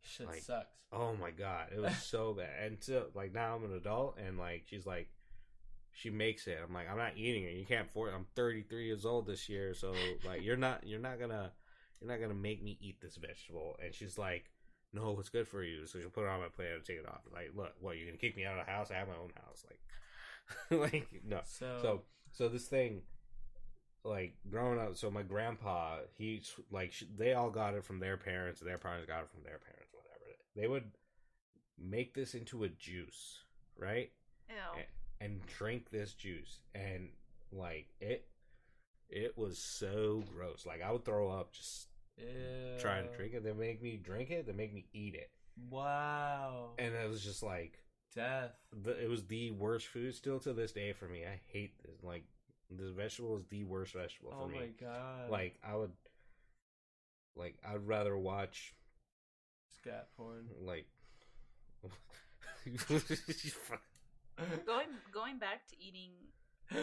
[SPEAKER 2] Shit
[SPEAKER 3] Like-
[SPEAKER 2] sucks.
[SPEAKER 3] Oh my god, it was so bad. And so like now I'm an adult and like she's like she makes it. I'm like I'm not eating it. You can't for I'm 33 years old this year, so like you're not you're not going to you're not going to make me eat this vegetable. And she's like no, it's good for you. So she'll put it on my plate and take it off. Like, look, what, you're going to kick me out of the house? I have my own house. Like, like no.
[SPEAKER 2] So,
[SPEAKER 3] uh, So, so this thing, like growing up, so my grandpa, he s- like sh- they all got it from their parents, and their parents got it from their parents, whatever. They would make this into a juice, right?
[SPEAKER 1] Ew.
[SPEAKER 3] And drink this juice, and like it, it was so gross. Like I would throw up just
[SPEAKER 2] Ew.
[SPEAKER 3] trying to drink it. They make me drink it. They make me eat it,
[SPEAKER 2] Wow.
[SPEAKER 3] and it was just like
[SPEAKER 2] death.
[SPEAKER 3] the, it was the worst food still to this day for me. I hate this. Like this vegetable is the worst vegetable for
[SPEAKER 2] oh
[SPEAKER 3] me.
[SPEAKER 2] my god.
[SPEAKER 3] Like I would, like I'd rather watch
[SPEAKER 2] scat porn.
[SPEAKER 3] like. Uh-huh, mm.
[SPEAKER 1] Going going back to eating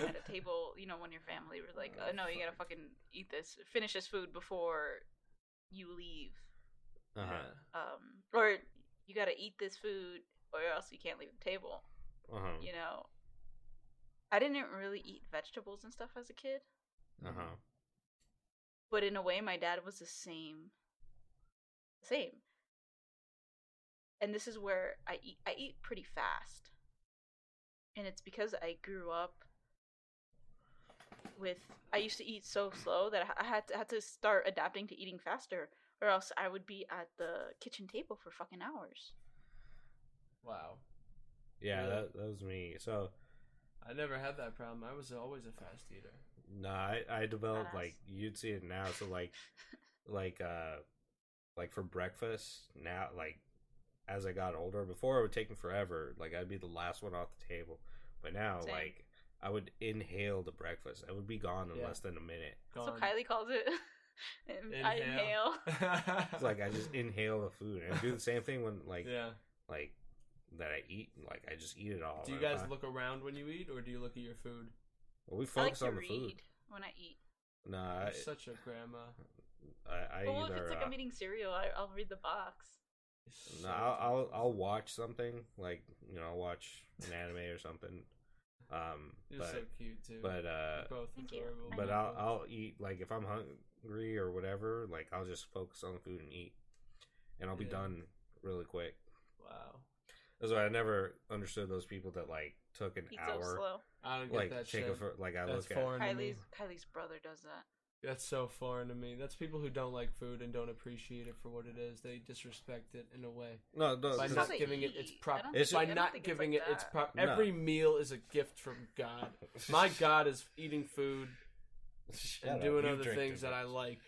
[SPEAKER 1] at a table, you know, when your family was like,
[SPEAKER 3] Oh,
[SPEAKER 1] "Oh no, you gotta
[SPEAKER 3] fuck.
[SPEAKER 1] fucking eat this, finish this food before you leave,"
[SPEAKER 3] uh-huh.
[SPEAKER 1] um, or you gotta eat this food, or else you can't leave the table.
[SPEAKER 3] Uh-huh.
[SPEAKER 1] You know, I didn't really eat vegetables and stuff as a kid,
[SPEAKER 3] Uh-huh.
[SPEAKER 1] but in a way, my dad was the same. Same. And this is where I eat. I eat pretty fast, and it's because I grew up with. I used to eat so slow that I- I had to, had to start adapting to eating faster, or else I would be at the kitchen table for fucking hours.
[SPEAKER 2] Wow.
[SPEAKER 3] Yeah,
[SPEAKER 2] Yeah.
[SPEAKER 3] That, that was me. So
[SPEAKER 2] I never had that problem. I was always a fast eater.
[SPEAKER 3] no, I, I developed
[SPEAKER 1] Badass.
[SPEAKER 3] like you'd see it now. So like, like uh, like for breakfast now, like as I got older, before it would take me forever. Like I'd be the last one off the table, but now
[SPEAKER 1] Same.
[SPEAKER 3] like I would inhale the breakfast. I would be gone in
[SPEAKER 2] Yeah.
[SPEAKER 3] less than a minute.
[SPEAKER 1] So
[SPEAKER 2] Gone.
[SPEAKER 1] Kylie calls it. and I
[SPEAKER 2] Inhale.
[SPEAKER 1] inhale.
[SPEAKER 3] It's like I just inhale the food and I do the same thing when like
[SPEAKER 2] yeah.
[SPEAKER 3] like that I eat like I just eat it all.
[SPEAKER 2] Do you
[SPEAKER 3] And if
[SPEAKER 2] guys
[SPEAKER 3] I-
[SPEAKER 2] look around when you eat, or do you look at your food?
[SPEAKER 3] We
[SPEAKER 1] I like
[SPEAKER 3] focus
[SPEAKER 1] to
[SPEAKER 3] on the
[SPEAKER 1] read
[SPEAKER 3] food.
[SPEAKER 1] when I eat.
[SPEAKER 3] No,
[SPEAKER 2] You're
[SPEAKER 3] I
[SPEAKER 2] such a grandma.
[SPEAKER 3] I, I
[SPEAKER 1] But well, if
[SPEAKER 3] either
[SPEAKER 1] it's like
[SPEAKER 3] uh,
[SPEAKER 1] I'm eating cereal, I, I'll read the box.
[SPEAKER 2] You're so
[SPEAKER 3] no, I'll, I'll
[SPEAKER 2] dumb.
[SPEAKER 3] I'll watch something like you know I'll watch an anime or something. Um,
[SPEAKER 2] You're
[SPEAKER 3] but
[SPEAKER 2] so cute too.
[SPEAKER 3] but uh,
[SPEAKER 2] You're both
[SPEAKER 1] Thank you.
[SPEAKER 2] adorable.
[SPEAKER 1] I
[SPEAKER 3] but
[SPEAKER 1] know.
[SPEAKER 3] I'll I'll eat like if I'm hungry or whatever. Like I'll just focus on the food and eat, and I'll be
[SPEAKER 2] Yeah.
[SPEAKER 3] done really quick.
[SPEAKER 2] Wow.
[SPEAKER 3] That's why I never understood those people that like took an
[SPEAKER 1] Eat so
[SPEAKER 3] hour.
[SPEAKER 1] slow.
[SPEAKER 2] I don't get
[SPEAKER 3] like
[SPEAKER 2] that
[SPEAKER 3] take
[SPEAKER 2] shit.
[SPEAKER 3] a fir- like I
[SPEAKER 2] That's
[SPEAKER 3] look at
[SPEAKER 2] foreign to me.
[SPEAKER 1] Kylie's Kylie's brother does that.
[SPEAKER 2] That's so foreign to me. That's people who don't like food and don't appreciate it for what it is. They disrespect it in a way
[SPEAKER 3] no, no
[SPEAKER 2] by
[SPEAKER 1] It's
[SPEAKER 3] it's
[SPEAKER 1] how
[SPEAKER 2] Oh, not
[SPEAKER 1] they
[SPEAKER 2] giving it its
[SPEAKER 1] eat.
[SPEAKER 2] proper.
[SPEAKER 1] I don't
[SPEAKER 3] It's-
[SPEAKER 2] By
[SPEAKER 3] think-
[SPEAKER 1] I don't
[SPEAKER 2] not
[SPEAKER 1] think it's
[SPEAKER 2] giving
[SPEAKER 1] like
[SPEAKER 2] it its
[SPEAKER 1] that.
[SPEAKER 2] proper.
[SPEAKER 3] No.
[SPEAKER 2] Every meal is a gift from God. My God is eating food
[SPEAKER 3] Shut
[SPEAKER 2] and
[SPEAKER 3] up,
[SPEAKER 2] doing
[SPEAKER 3] you've
[SPEAKER 2] other
[SPEAKER 3] drank too
[SPEAKER 2] things that I
[SPEAKER 3] much.
[SPEAKER 2] like.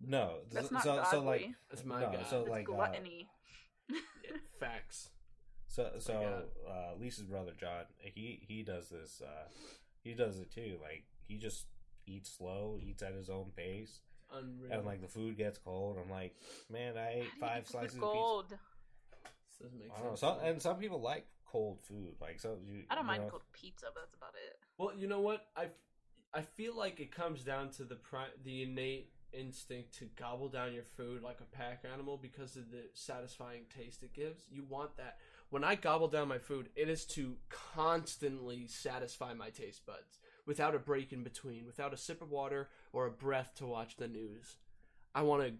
[SPEAKER 3] no.
[SPEAKER 1] That's
[SPEAKER 3] so,
[SPEAKER 1] not
[SPEAKER 3] so, so
[SPEAKER 1] godly.
[SPEAKER 3] like
[SPEAKER 2] That's my
[SPEAKER 3] No,
[SPEAKER 2] God.
[SPEAKER 3] so,
[SPEAKER 1] That's
[SPEAKER 3] like, uh,
[SPEAKER 1] gluttony.
[SPEAKER 2] Facts.
[SPEAKER 3] So so
[SPEAKER 2] Oh God.
[SPEAKER 3] uh, Lisa's brother John, he he does this. Uh, he does it too. Like he just eats slow, eats at his own pace,
[SPEAKER 2] Unreal.
[SPEAKER 3] and like the food gets cold. I'm like, man, I
[SPEAKER 1] How
[SPEAKER 3] ate
[SPEAKER 1] do you
[SPEAKER 3] five
[SPEAKER 1] eat
[SPEAKER 3] slices of pizza.
[SPEAKER 1] gold.
[SPEAKER 2] This doesn't make
[SPEAKER 3] I don't know.
[SPEAKER 2] sense.
[SPEAKER 3] Some,
[SPEAKER 2] to me.
[SPEAKER 3] and some people like cold food. Like so, you,
[SPEAKER 1] I don't
[SPEAKER 3] you
[SPEAKER 1] mind
[SPEAKER 3] know,
[SPEAKER 1] cold pizza, but that's about it.
[SPEAKER 2] Well, you know what? I, I feel like it comes down to the pri- the innate instinct to gobble down your food like a pack animal because of the satisfying taste it gives. You want that. When I gobble down my food, it is to constantly satisfy my taste buds without a break in between, without a sip of water or a breath to watch the news. I want to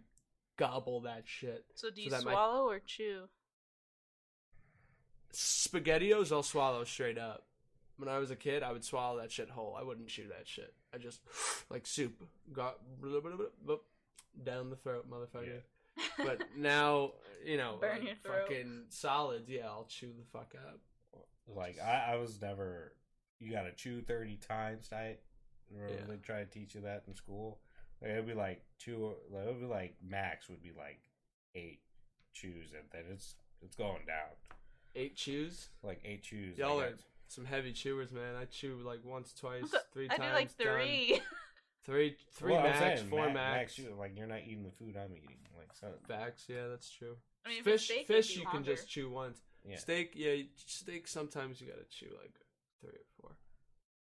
[SPEAKER 2] gobble that shit.
[SPEAKER 1] So do you
[SPEAKER 2] that my-
[SPEAKER 1] swallow or chew?
[SPEAKER 2] Spaghettios, I'll swallow straight up. When I was a kid, I would swallow that shit whole. I wouldn't chew that shit. I just like soup got blah, blah, blah, blah, down the throat, motherfucker. But now, you know,
[SPEAKER 1] Burn
[SPEAKER 2] like,
[SPEAKER 1] your throat.
[SPEAKER 2] fucking solids. Yeah, I'll chew the fuck up.
[SPEAKER 3] Like I, I was never. You gotta chew thirty times type. Remember
[SPEAKER 2] Yeah.
[SPEAKER 3] they try to teach you that in school. Like, it'd be like two. Like, it'd be like max would be like eight chews, and then it's it's going down.
[SPEAKER 2] Eight chews.
[SPEAKER 3] like eight chews.
[SPEAKER 2] Y'all
[SPEAKER 3] like,
[SPEAKER 2] are some heavy chewers, man. I chew like once, twice, three
[SPEAKER 1] I do
[SPEAKER 2] times.
[SPEAKER 1] like
[SPEAKER 2] done.
[SPEAKER 1] three.
[SPEAKER 2] Three, three
[SPEAKER 3] Well, I'm
[SPEAKER 2] max,
[SPEAKER 3] saying,
[SPEAKER 2] four
[SPEAKER 3] ma-
[SPEAKER 2] max.
[SPEAKER 3] chew- like you're not eating the food I'm eating. Like so,
[SPEAKER 2] Facts, yeah, that's true.
[SPEAKER 1] I mean, if it's
[SPEAKER 2] fish,
[SPEAKER 1] steak, it'd
[SPEAKER 2] fish,
[SPEAKER 1] be
[SPEAKER 2] you can just
[SPEAKER 1] longer.
[SPEAKER 2] chew once.
[SPEAKER 3] yeah,
[SPEAKER 2] Steak, yeah, steak. Sometimes you gotta chew like three or four.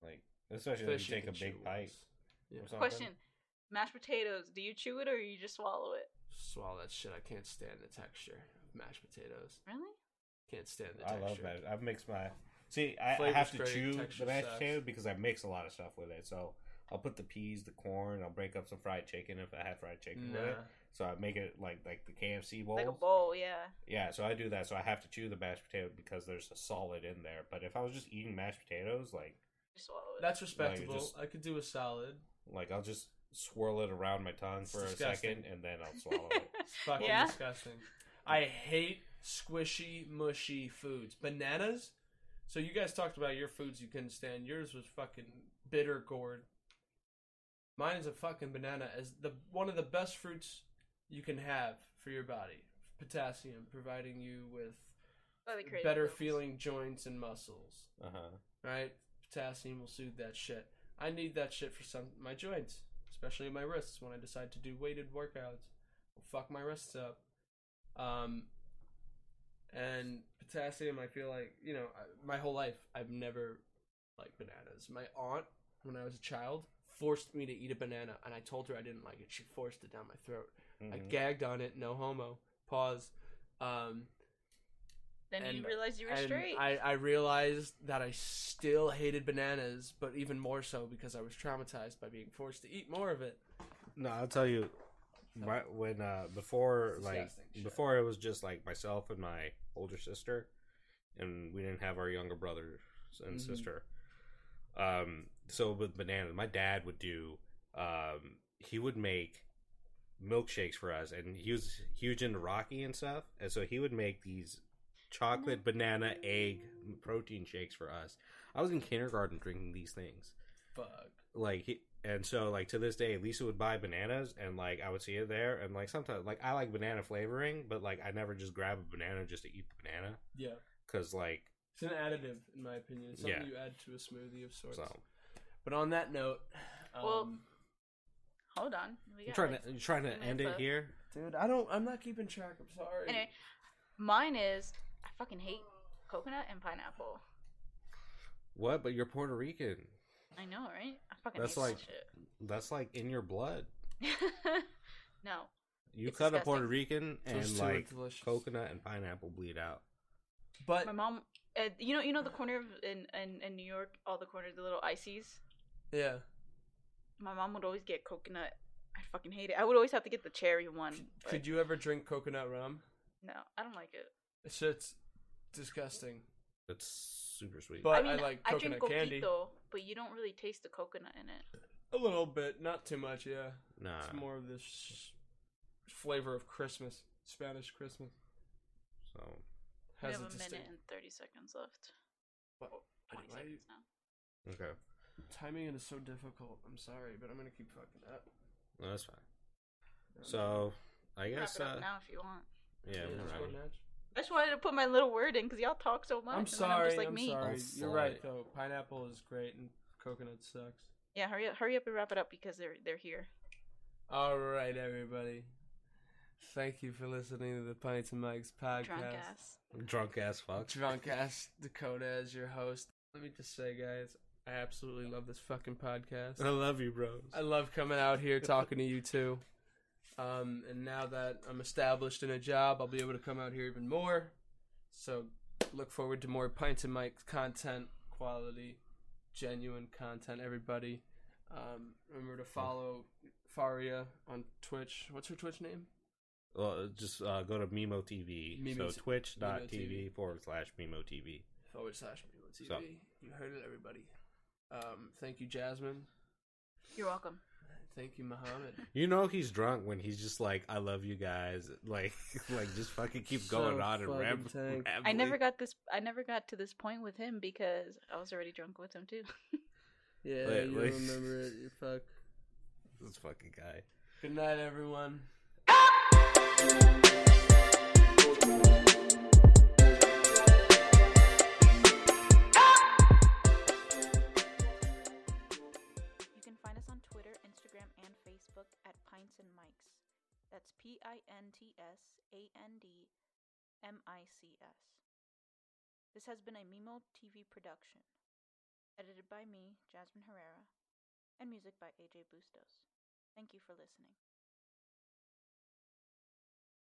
[SPEAKER 3] like especially if
[SPEAKER 2] Fish
[SPEAKER 3] you take
[SPEAKER 2] can
[SPEAKER 3] a
[SPEAKER 2] chew
[SPEAKER 3] big bite.
[SPEAKER 2] once. Yeah.
[SPEAKER 3] or something.
[SPEAKER 1] Question: Mashed potatoes. Do you chew it or you just swallow it?
[SPEAKER 2] Swallow that shit. I can't stand the texture of mashed potatoes.
[SPEAKER 1] Really?
[SPEAKER 2] Can't stand the
[SPEAKER 3] I
[SPEAKER 2] texture.
[SPEAKER 3] love that. I've mixed my see. I, I
[SPEAKER 2] Flavor's
[SPEAKER 3] have to
[SPEAKER 2] great,
[SPEAKER 3] chew
[SPEAKER 2] texture
[SPEAKER 3] the mashed
[SPEAKER 2] sucks.
[SPEAKER 3] potatoes because I mix a lot of stuff with it. So I'll put the peas, the corn. I'll break up some fried chicken if I have fried chicken with it. So I make it like like the KFC bowl.
[SPEAKER 1] Like a bowl, yeah.
[SPEAKER 3] Yeah, so I do that. So I have to chew the mashed potato because there's a solid in there. But if I was just eating mashed potatoes, like
[SPEAKER 1] Just swallow it.
[SPEAKER 2] That's respectable.
[SPEAKER 3] just-
[SPEAKER 2] I could do a salad.
[SPEAKER 3] like I'll just swirl it around my tongue
[SPEAKER 2] It's
[SPEAKER 3] for
[SPEAKER 2] disgusting.
[SPEAKER 3] a second and then I'll swallow it.
[SPEAKER 2] It's fucking
[SPEAKER 1] Yeah?
[SPEAKER 2] disgusting. I hate squishy, mushy foods. Bananas. So you guys talked about your foods you couldn't stand. Yours was fucking bitter gourd. Mine is a fucking banana. As the one of the best fruits you can have for your body. Potassium, providing you with
[SPEAKER 1] Slightly crazy
[SPEAKER 2] better
[SPEAKER 1] looks.
[SPEAKER 2] feeling joints and muscles.
[SPEAKER 3] Uh huh.
[SPEAKER 2] right? Potassium will soothe that shit. I need that shit for some my joints, especially my wrists when I decide to do weighted workouts. Will fuck my wrists up. Um, and potassium, I feel like you know, I, my whole life I've never liked bananas. My aunt, when I was a child, forced me to eat a banana, and I told her I didn't like it. She forced it down my throat. I
[SPEAKER 3] Mhm.
[SPEAKER 2] gagged on it. No homo. Pause. Um,
[SPEAKER 1] Then you
[SPEAKER 2] and-
[SPEAKER 1] realize you were
[SPEAKER 2] and
[SPEAKER 1] straight.
[SPEAKER 2] I, I realized that I still hated bananas, but even more so because I was traumatized by being forced to eat more of it.
[SPEAKER 3] No, I'll tell you, my, when uh, before like
[SPEAKER 2] Disgusting shit.
[SPEAKER 3] before it was just like myself and my older sister, and we didn't have our younger brothers and
[SPEAKER 2] Mhm.
[SPEAKER 3] sister. Um, so with bananas, my dad would do. Um, he would make milkshakes for us, and he was huge into Rocky and stuff, and so he would make these chocolate banana egg protein shakes for us. I was in kindergarten drinking these things
[SPEAKER 2] Fuck.
[SPEAKER 3] like he and so like to this day lisa would buy bananas and like i would see it there and like sometimes like i like banana flavoring but like i never just grab a banana just to eat the banana
[SPEAKER 2] Yeah.
[SPEAKER 3] because like
[SPEAKER 2] It's an additive, in my opinion. It's something
[SPEAKER 3] Yeah.
[SPEAKER 2] you add to a smoothie of sorts.
[SPEAKER 3] so
[SPEAKER 2] But on that note, um,
[SPEAKER 1] Well, Hold on. We
[SPEAKER 3] i'm
[SPEAKER 1] got
[SPEAKER 3] trying
[SPEAKER 1] like-
[SPEAKER 3] to I'm trying to
[SPEAKER 1] minutes
[SPEAKER 3] end it
[SPEAKER 1] left.
[SPEAKER 3] here
[SPEAKER 2] dude, I don't. I'm not keeping track. I'm sorry.
[SPEAKER 1] Anyway, mine is I fucking hate coconut and pineapple.
[SPEAKER 3] what but you're puerto rican
[SPEAKER 1] I know, right? I fucking
[SPEAKER 3] That's
[SPEAKER 1] hate
[SPEAKER 3] like-
[SPEAKER 1] that shit.
[SPEAKER 3] that's like in your blood
[SPEAKER 1] no.
[SPEAKER 3] you
[SPEAKER 1] It's
[SPEAKER 3] cut a
[SPEAKER 1] disgusting.
[SPEAKER 3] puerto rican
[SPEAKER 2] Those
[SPEAKER 3] and
[SPEAKER 2] two are
[SPEAKER 3] like
[SPEAKER 2] delicious.
[SPEAKER 3] coconut and pineapple bleed out
[SPEAKER 2] but
[SPEAKER 1] My mom uh, you know you know the corner of in, in, in New York, all the corners, the little ices?
[SPEAKER 2] yeah,
[SPEAKER 1] My mom would always get coconut. I fucking hate it. I would always have to get the cherry one. but
[SPEAKER 2] could you ever drink coconut rum?
[SPEAKER 1] No, I don't like it.
[SPEAKER 2] It's just disgusting.
[SPEAKER 3] that's super sweet
[SPEAKER 2] But I,
[SPEAKER 1] I mean, I,
[SPEAKER 2] like
[SPEAKER 1] drink
[SPEAKER 2] coconut
[SPEAKER 1] coquito,
[SPEAKER 2] candy
[SPEAKER 1] but you don't really taste the coconut in it.
[SPEAKER 2] a little bit, not too much. Yeah.
[SPEAKER 3] nah
[SPEAKER 2] It's more of this flavor of Christmas, Spanish Christmas.
[SPEAKER 3] so
[SPEAKER 1] We
[SPEAKER 2] Has
[SPEAKER 1] have
[SPEAKER 2] a
[SPEAKER 1] a minute
[SPEAKER 2] distinct
[SPEAKER 1] and thirty seconds left.
[SPEAKER 2] What?
[SPEAKER 1] Oh, Twenty
[SPEAKER 2] Why-
[SPEAKER 1] seconds now.
[SPEAKER 3] okay
[SPEAKER 2] timing. It is so difficult. I'm sorry, but I'm gonna keep fucking up.
[SPEAKER 3] no, that's fine so i guess
[SPEAKER 1] Um, Wrap it
[SPEAKER 3] uh
[SPEAKER 1] up now if you want.
[SPEAKER 2] Yeah,
[SPEAKER 3] yeah, we're
[SPEAKER 2] just
[SPEAKER 3] out.
[SPEAKER 2] one match.
[SPEAKER 1] I just wanted to put my little word in because y'all talk so much.
[SPEAKER 2] I'm
[SPEAKER 1] and then
[SPEAKER 2] sorry. I'm,
[SPEAKER 1] just like me.
[SPEAKER 2] sorry.
[SPEAKER 3] I'm
[SPEAKER 2] You're
[SPEAKER 3] sorry.
[SPEAKER 2] right though. Pineapple is great and coconut sucks.
[SPEAKER 1] Yeah, hurry up, hurry up and wrap it up because they're they're here.
[SPEAKER 2] All right, everybody. Thank you for listening to the Pints and Mike's podcast.
[SPEAKER 1] Drunk ass.
[SPEAKER 3] drunk ass fuck
[SPEAKER 2] Drunk ass Dakota is your host. Let me just say, guys, I absolutely love this fucking podcast.
[SPEAKER 3] I love you, bros.
[SPEAKER 2] I love coming out here talking to you too. Um, and now that I'm established in a job, I'll be able to come out here even more. So look forward to more Pints and Mike content, quality, genuine content, everybody. Um, remember to follow Faria on Twitch. What's her Twitch name?
[SPEAKER 3] Well, just uh, go to Mimo TV.
[SPEAKER 2] Mimo t-
[SPEAKER 3] so
[SPEAKER 2] Mimo TV.
[SPEAKER 3] twitch.tv forward slash Mimo TV.
[SPEAKER 2] Forward slash Mimo TV.
[SPEAKER 3] So-
[SPEAKER 2] You heard it, everybody. Um, thank you, Jasmine.
[SPEAKER 1] You're welcome.
[SPEAKER 2] Thank you, Muhammad.
[SPEAKER 3] You know he's drunk when he's just like, "I love you guys," like, like just fucking keep
[SPEAKER 2] So
[SPEAKER 3] going on and
[SPEAKER 2] fucking
[SPEAKER 3] ramb-
[SPEAKER 2] tank.
[SPEAKER 3] rambling.
[SPEAKER 1] I never got this. I never got to this point with him because I was already drunk with him too.
[SPEAKER 2] Yeah,
[SPEAKER 3] Wait,
[SPEAKER 2] you
[SPEAKER 3] wait.
[SPEAKER 2] remember it. You fuck.
[SPEAKER 3] this fucking guy.
[SPEAKER 2] Good night, everyone.
[SPEAKER 4] You can find us on Twitter, Instagram, and Facebook at Pints and Mics. That's P I N T S A N D M I C S. This has been a Mimo TV production, edited by me, Jasmine Herrera, and music by AJ Bustos. Thank you for listening.